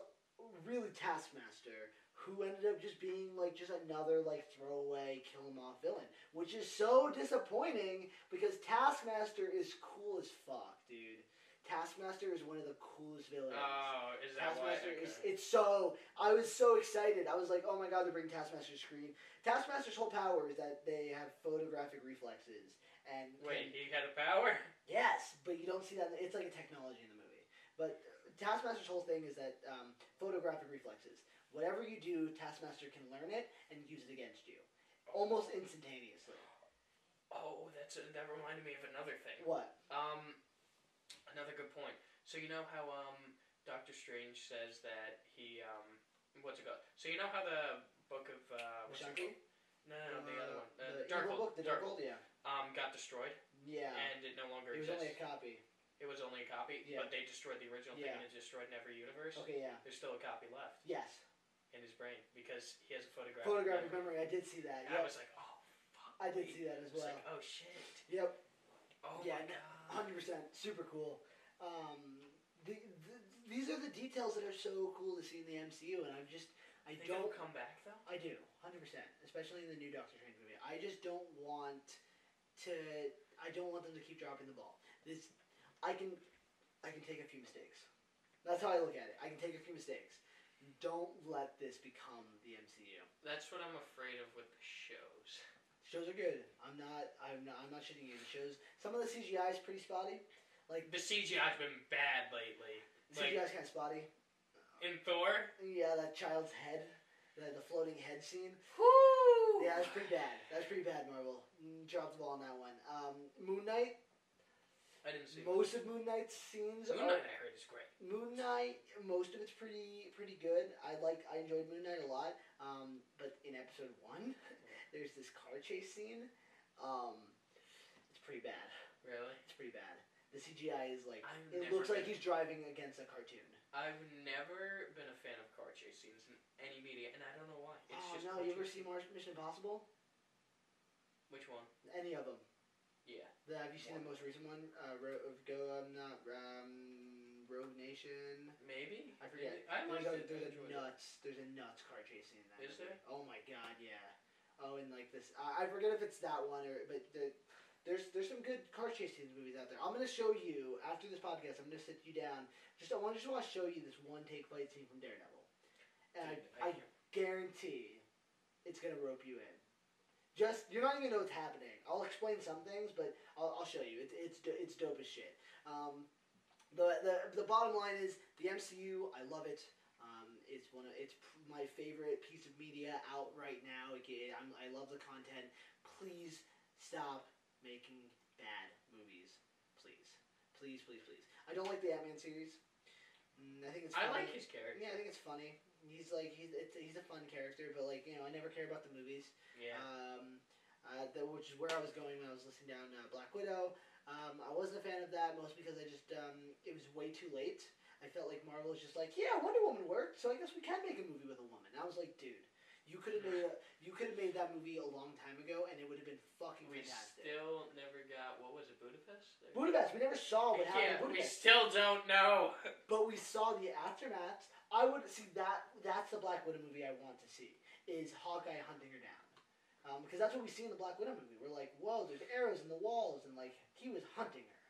really Taskmaster who ended up just being like just another like throwaway kill 'em off villain, which is so disappointing because Taskmaster is cool as fuck, dude. Taskmaster is one of the coolest villains. Oh, is that why? Taskmaster okay. is it's so I was so excited. I was like, oh my god, they're bringing Taskmaster to screen. Taskmaster's whole power is that they have photographic reflexes and Wait, he had a power? Yes, but you don't see that. It's like a technology in the movie. But Taskmaster's whole thing is that um, photographic reflexes. Whatever you do, Taskmaster can learn it and use it against you almost instantaneously. Oh, that's that reminded me of another thing. What? Um, another good point. So you know how um Doctor Strange says that he um what's it called? So you know how the book of uh what's it Mashaki? called? No, no, no, the other Uh, one, uh, the evil Darkhold. book, the Darkhold. Darkhold, yeah, Um, got destroyed yeah. and it no longer It was exists. only a copy. it was only a copy, Yeah. but they destroyed the original Yeah. thing and it destroyed in every universe. Okay, yeah, There's still a copy left yes. in his brain because he has a photograph. Photographic memory, I did see that. I Yep, was like, oh fuck. I did me. see that as It's well. like, oh shit. Yep. Oh Yeah, my no, god. Hundred percent, super cool. Um, the, the, these are the details that are so cool to see in the MCU, and I'm just, I They don't, come back though. I do, hundred percent, especially in the new Doctor Strange movie. I just don't want to, I don't want them to keep dropping the ball. This, I can, I can take a few mistakes. That's how I look at it. I can take a few mistakes. Don't let this become the MCU. That's what I'm afraid of with the shows. Shows are good. I'm not. I'm not. I'm not shitting you. The shows. Some of the CGI is pretty spotty. The CGI's been bad lately. Like- CGI is kind of spotty. In Thor, Yeah, that child's head, the, the floating head scene. whoo! Yeah, that's pretty bad. That's pretty bad, Marvel. Mm, Dropped the ball on that one. Um, Moon Knight. I didn't see. Moon Most of Moon Knight's scenes Knight, are I heard is great. Moon Knight. Most of it's pretty pretty good. I like. I enjoyed Moon Knight a lot. Um, but in episode one, there's this car chase scene. Um, it's pretty bad. Really? It's pretty bad. The CGI is like. I've It never looks like been- he's driving against a cartoon. I've never been a fan of car chase scenes in any media, and I don't know why. It's Oh just no! car You ever chase- see Mars Mission Impossible? Which one? Any of them? Yeah. The, have you seen the most recent one? Uh, Ro- of Go, um, not um, Rogue Nation. Maybe. I forget. Maybe. I liked it. there's a, there's I a enjoyed it. nuts. There's a nuts car chase scene. in That Is movie. there? Oh my god, yeah. Oh, and like this, I, I forget if it's that one or but the, there's there's some good car chase scenes movies out there. I'm gonna show you after this podcast. I'm gonna sit you down. Just I want to just want to show you this one take fight scene from Daredevil, and Dude, I, I can't- guarantee it's gonna rope you in. Just you're not even gonna know what's happening. I'll explain some things, but I'll, I'll show you. It's it's do- it's dope as shit. Um, the the the bottom line is the MCU. I love it. Um, it's one of it's p- my favorite piece of media out right now. It, get- I'm, I love the content. Please stop making bad movies. Please, please, please, please. I don't like the Ant Man series. Mm, I think it's. I funny. like his character. Yeah, I think it's funny. He's like he's it's, he's a fun character, but like you know, I never care about the movies. Yeah. Um, uh, that, which is where I was going when I was listening down uh, Black Widow. Um, I wasn't a fan of that, most because I just um, it was way too late. I felt like Marvel was just like, yeah, Wonder Woman worked, so I guess we can make a movie with a woman. And I was like, dude, you could have made a, you could have made that movie a long time ago, and it would have been fucking we fantastic. still never got what was it, Budapest? There- Budapest, Oh, we never saw what happened. yeah, in we Budapest. still don't know. But we saw the aftermath. I would see that. That's the Black Widow movie I want to see. Is Hawkeye hunting her down? Um, because that's what we see in the Black Widow movie. We're like, whoa, there's arrows in the walls, and like he was hunting her,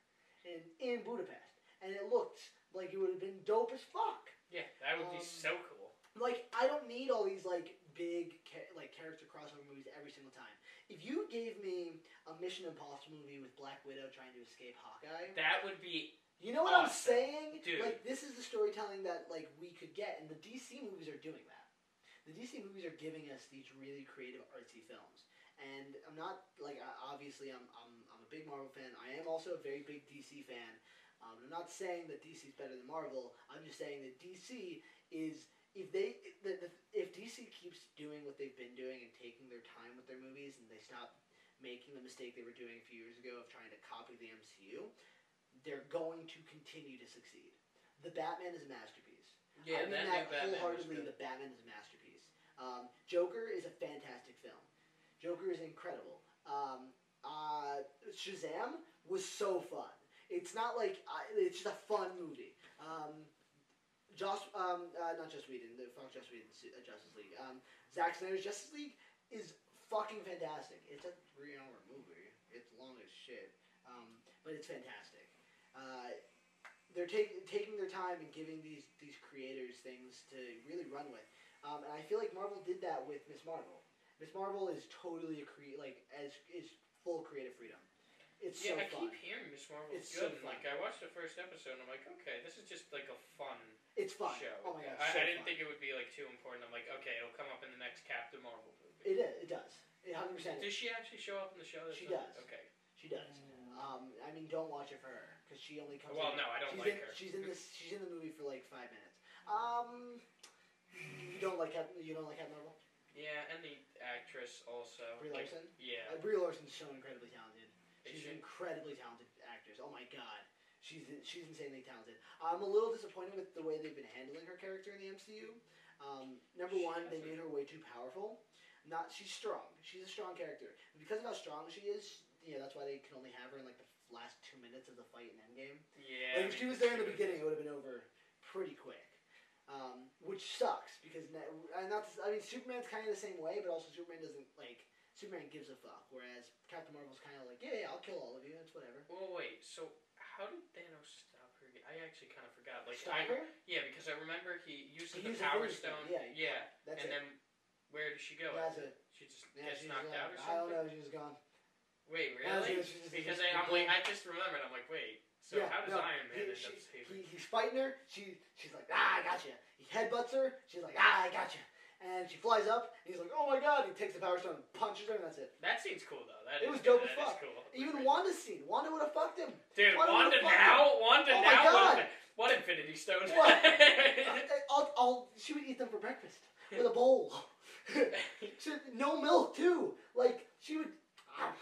in in Budapest, and it looked like it would have been dope as fuck. Yeah, that would be Um, so cool. Like I don't need all these like big cha- like character crossover movies every single time. If you gave me a Mission Impossible movie with Black Widow trying to escape Hawkeye, That would be you know what I'm Awesome. saying? Dude. Like this is the storytelling that like we could get, and the DC movies are doing that. The DC movies are giving us these really creative artsy films, and I'm not like I- obviously I'm I'm, I'm a big Marvel fan. I am also a very big DC fan. Um, I'm not saying that DC is better than Marvel. I'm just saying that DC is if they the, the, if DC keeps doing what they've been doing and taking their time with their movies, and they stop making the mistake they were doing a few years ago of trying to copy the MCU they're going to continue to succeed. The Batman is a masterpiece. yeah. I mean that, that, new Batman was wholeheartedly. good. The Batman is a masterpiece. Um, Joker is a fantastic film. Joker is incredible. Um, uh, Shazam was so fun. It's not like I, it's just a fun movie. Um, Joss, um, uh, not Joss Whedon, the fuck Joss Whedon's uh, Justice League. Um, Zack Snyder's Justice League is fucking fantastic. It's a three-hour movie. It's long as shit, um, but it's fantastic. Uh, they're take, taking their time and giving these these creators things to really run with, um, and I feel like Marvel did that with Miss Marvel. Miss Marvel is totally a cre- like as is full creative freedom. It's yeah, so I fun. keep hearing Miss Marvel's It's so good. and, fun. like I watched the first episode, and I'm like, okay, this is just like a fun, It's fun. show. Oh my god, I, so I didn't fun. think it would be like too important. I'm like, okay, it'll come up in the next Captain Marvel movie. it is. It does. It hundred percent. Does she actually show up in the show? That's She not- does. Okay. She does. Um, I mean, don't watch it for her. because she only comes. Well, in, no, I don't she's like in, her. She's in this. She's in the movie for like five minutes. Um, you don't like Cap- you don't like Captain Marvel? Yeah, and the actress also. Brie like, Larson. yeah. Uh, Brie Larson's so incredibly talented. They She's an should- incredibly talented actress. Oh my god, she's she's insanely talented. I'm a little disappointed with the way they've been handling her character in the MCU. Um, number She one, they hasn't- made her way too powerful. Not she's strong. She's a strong character. And because of how strong she is, you know that's why they can only have her in like the last two minutes of the fight in Endgame. Yeah. like if she was there in the beginning, it would have been over pretty quick. Um, which sucks because na- and that's I mean Superman's kind of the same way, but also Superman doesn't like Superman gives a fuck, whereas Captain Marvel's kind of like yeah, yeah, I'll kill all of you, it's whatever. Well, wait. So how did Thanos stop her? again? I actually kind of forgot. Like, Stop I, her? yeah, because I remember he used He the used the Power Infinity Stone. Stone, yeah, he- yeah. That's and it. then where did she go? That's after? it. She just Yeah, gets she's knocked out gone. or I don't something. know. She was gone. Wait, Yeah, really? she was- she was- Because she was I, I'm like, gone. I just remembered. I'm like, wait. So Yeah, how does no, Iron Man end he- up she- saving? He, he's fighting her. She, she's like, ah, I got you. He headbutts her. She's like, ah, I got you. And she flies up. And he's like, oh my god. He takes the power stone, punches her, and that's it. That scene's cool though. That It is- was dope as that is fuck. cool. Even Wanda's scene. Wanda would have fucked him. Dude, Wanda Wanda would've fucked now, Wanda Oh my now, God. What, what Infinity Stone? What? I'll, I'll, she would eat them for breakfast with a bowl. she, no milk too. Like she would.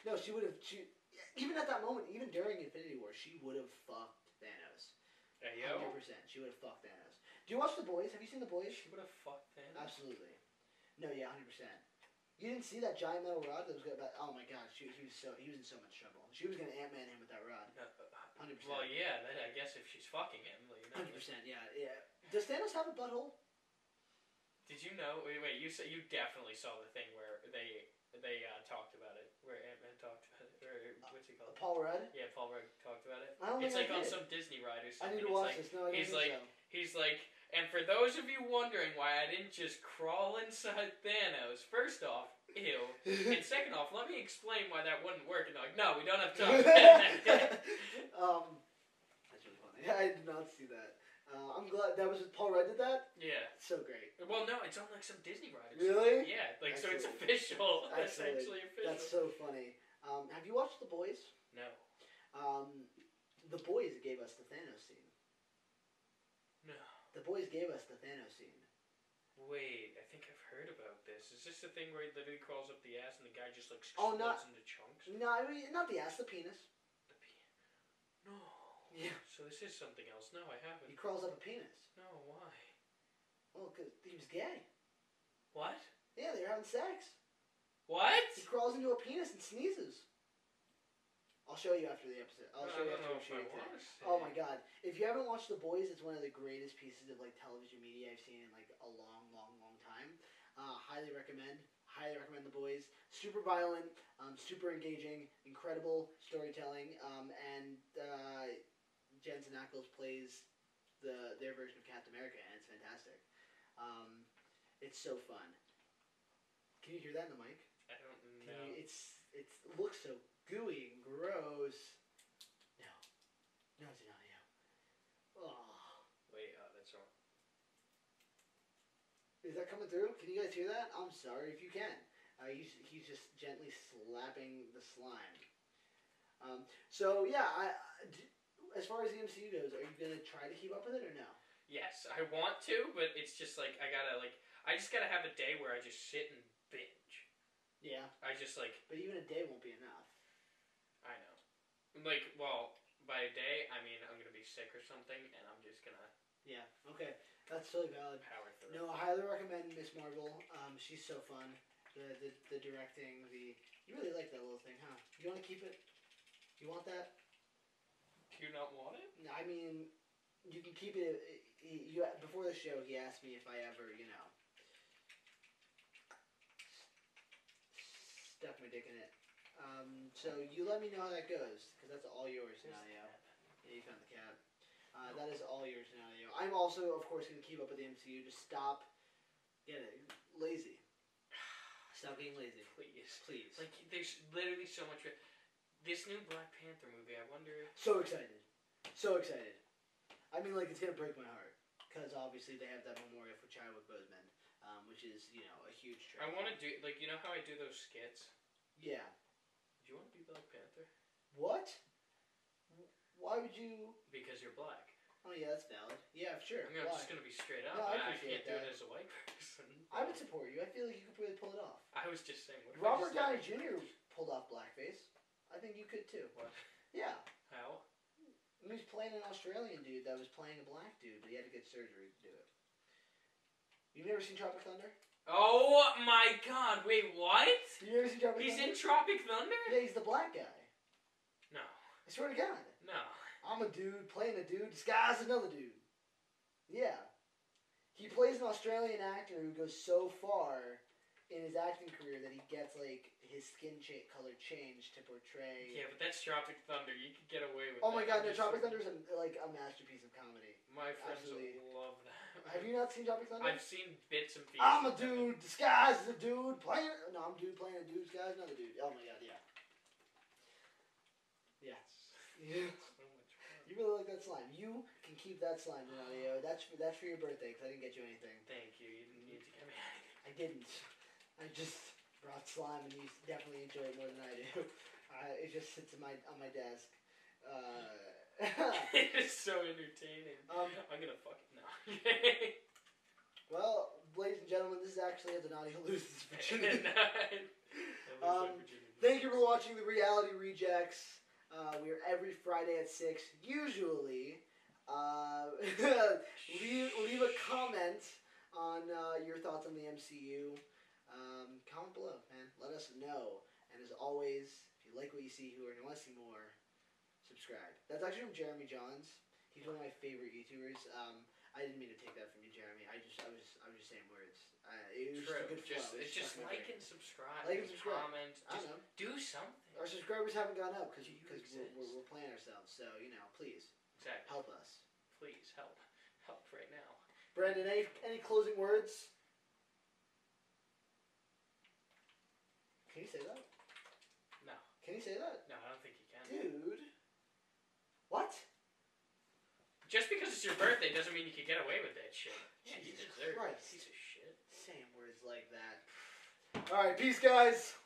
No, she would have. She even at that moment, even during Infinity War, she would have fucked Thanos. Hey, yo, Hundred percent. She would have fucked Thanos. Do you watch The Boys? Have you seen The Boys? she would have fucked Thanos. Absolutely. No, yeah, hundred percent. You didn't see that giant metal rod that was going. But oh my god, she, he was so he was in so much trouble. She was gonna Ant Man him with that rod. Uh, Hundred percent. well, yeah, that, I guess if she's fucking him, like, you know. Hundred percent. Yeah, yeah. Does Thanos have a butthole? Did you know? Wait, wait, you sa you definitely saw the thing where they they uh, talked about it, where Ant Man talked about it, or what's he called? Paul Rudd. Yeah, Paul Rudd talked about it. I don't It's think like Oh, I on did. some Disney ride or I something. need to It's watch like, this. No, I he's didn't like- think He's like, and for those of you wondering why I didn't just crawl inside Thanos, first off, ew. so. And second off, let me explain why that wouldn't work. And they're like, no, we don't have time. um, that's really funny. I did not see that. Uh, I'm glad that was just Paul Rudd did that. yeah. So great. Well, no, it's on like some Disney ride. or something. Really? Yeah. Like so, it's Actually. official. That's Actually, actually official. That's so funny. Um, have you watched The Boys? no. Um, the Boys gave us the Thanos scene. No. The Boys gave us the Thanos scene. Wait, I think I've heard about this. Is this the thing where he literally crawls up the ass and the guy just like Oh, explodes not- into chunks? No, I mean not the ass, the penis. The pe- no. Yeah. So this is something else. No, I He haven't. crawls up a penis. No, why? Well, 'cause he was gay. What? Yeah, they were having sex. What? He crawls into a penis and sneezes. I'll show you after the episode. I'll show you after we shoot it today. Oh my god! If you haven't watched The Boys, it's one of the greatest pieces of like television media I've seen in like a long, long, long time. Uh, highly recommend. Highly recommend The Boys. Super violent, um, super engaging, incredible storytelling, um, and uh, Jensen Ackles plays the their version of Captain America, and it's fantastic. Um, it's so fun. Can you hear that in the mic? I don't Can know. you, it's it's it looks so gooey and gross. No, no, it's not you. Oh, Wait, oh, that's wrong. is that coming through? Can you guys hear that? I'm sorry if you can. Uh, he's he's just gently slapping the slime. Um, so yeah, I, I- d- as far as the MCU goes, are you gonna try to keep up with it or no? Yes, I want to, but it's just like I gotta like I just gotta have a day where I just sit and binge. Yeah, I just like but even a day won't be enough. I know. Like, well, by a day I mean I'm gonna be sick or something and I'm just gonna Yeah. Okay, that's totally valid. power through. No, I highly recommend Miss Marvel. Um, she's so fun. The, the the directing, the you really like that little thing, huh? You want to keep it? You want that? Do you not want it? No, I mean, you can keep it. i- i- You before the show, he asked me if I ever, you know, stuck my dick in it. Um, so you let me know how that goes, because that's all yours, Nadio. Yeah, you found the cat. Uh, that is all yours, Nadio. I'm also, of course, going to keep up with the MCU. Just stop. Get it. Lazy. Stop being lazy. Please. Please. Like there's literally so much re- this new Black Panther movie, I wonder So excited. So excited. I mean, like, it's going to break my heart. Because obviously they have that memorial for Chadwick Boseman, um, which is, you know, a huge I tragedy. wanna do like you know how I do those skits? Yeah. Do you wanna be Black Panther? What? Why would you? because you're black. Oh yeah, that's valid. Yeah, sure. I mean, I'm Why? just gonna be straight up. No, I, I I can't appreciate do that. it as a white person. I would support you. I feel like you could really pull it off. I was just saying. What if I Robert just did- Downey Jr. pulled off blackface. I think you could too. What? Yeah, How? he was playing an Australian dude that was playing a black dude, but he had to get surgery to do it. You've never seen Tropic Thunder? Oh my God! Wait, what? You never seen Tropic He's Thunder? in Tropic Thunder? Yeah, he's the black guy. I No, swear to God, no. I'm a dude playing a dude disguised as another dude. Yeah, he plays an Australian actor who goes so far in his acting career that he gets like his skin cha- color changed to portray. Yeah, but that's Tropic Thunder. You could get away with. Oh my that. god, I'm no, just Tropic saying- Thunder is a, like a masterpiece of comedy. My friends Absolutely. will love that. Have you not seen Tropic Thunder? I've seen bits and pieces. I'm a of it. dude disguised as a dude playing. No, I'm a dude playing a dude disguised as another dude. Oh my god, yeah. Yeah. Yes. So much fun. You really like that slime. You can keep that slime, Renato. That's for, that's for your birthday because I didn't get you anything. Thank you. You didn't need to get me anything. I didn't. I just brought slime and you definitely enjoy it more than I do. I, it just sits in my on my desk. Uh, it is so entertaining. Um, I'm gonna fuck it now. well, ladies and gentlemen, this is actually how Donati loses virginity. That was Um, Virginia. Thank you for watching the Reality Rejects. Uh, we are every Friday at six, usually. Uh, leave, leave a comment on uh, your thoughts on the MCU. Um, comment below, man. Let us know. And as always, if you like what you see here and want to see more, subscribe. That's actually from Jeremy Johns. He's one of my favorite YouTubers. Um, I didn't mean to take that from you, Jeremy. I just, I was, I was just saying words. Uh, it was True. just a good flow. Just, It it's just stuck in my like and brain. subscribe. Like and subscribe. Comment. I don't Just know. do something. Our subscribers haven't gone up Do because you we're, exist? we're, we're playing ourselves. So you know, please Exactly. help us. Please help. Help right now. Brandon, any any closing words? Can you say that? No. Can you say that, No, I don't think you can. dude? What? Just because it's your birthday doesn't mean you can get away with that shit. Yeah, you Jesus deserve it, Christ. piece of shit. Saying words like that. All right, peace, guys.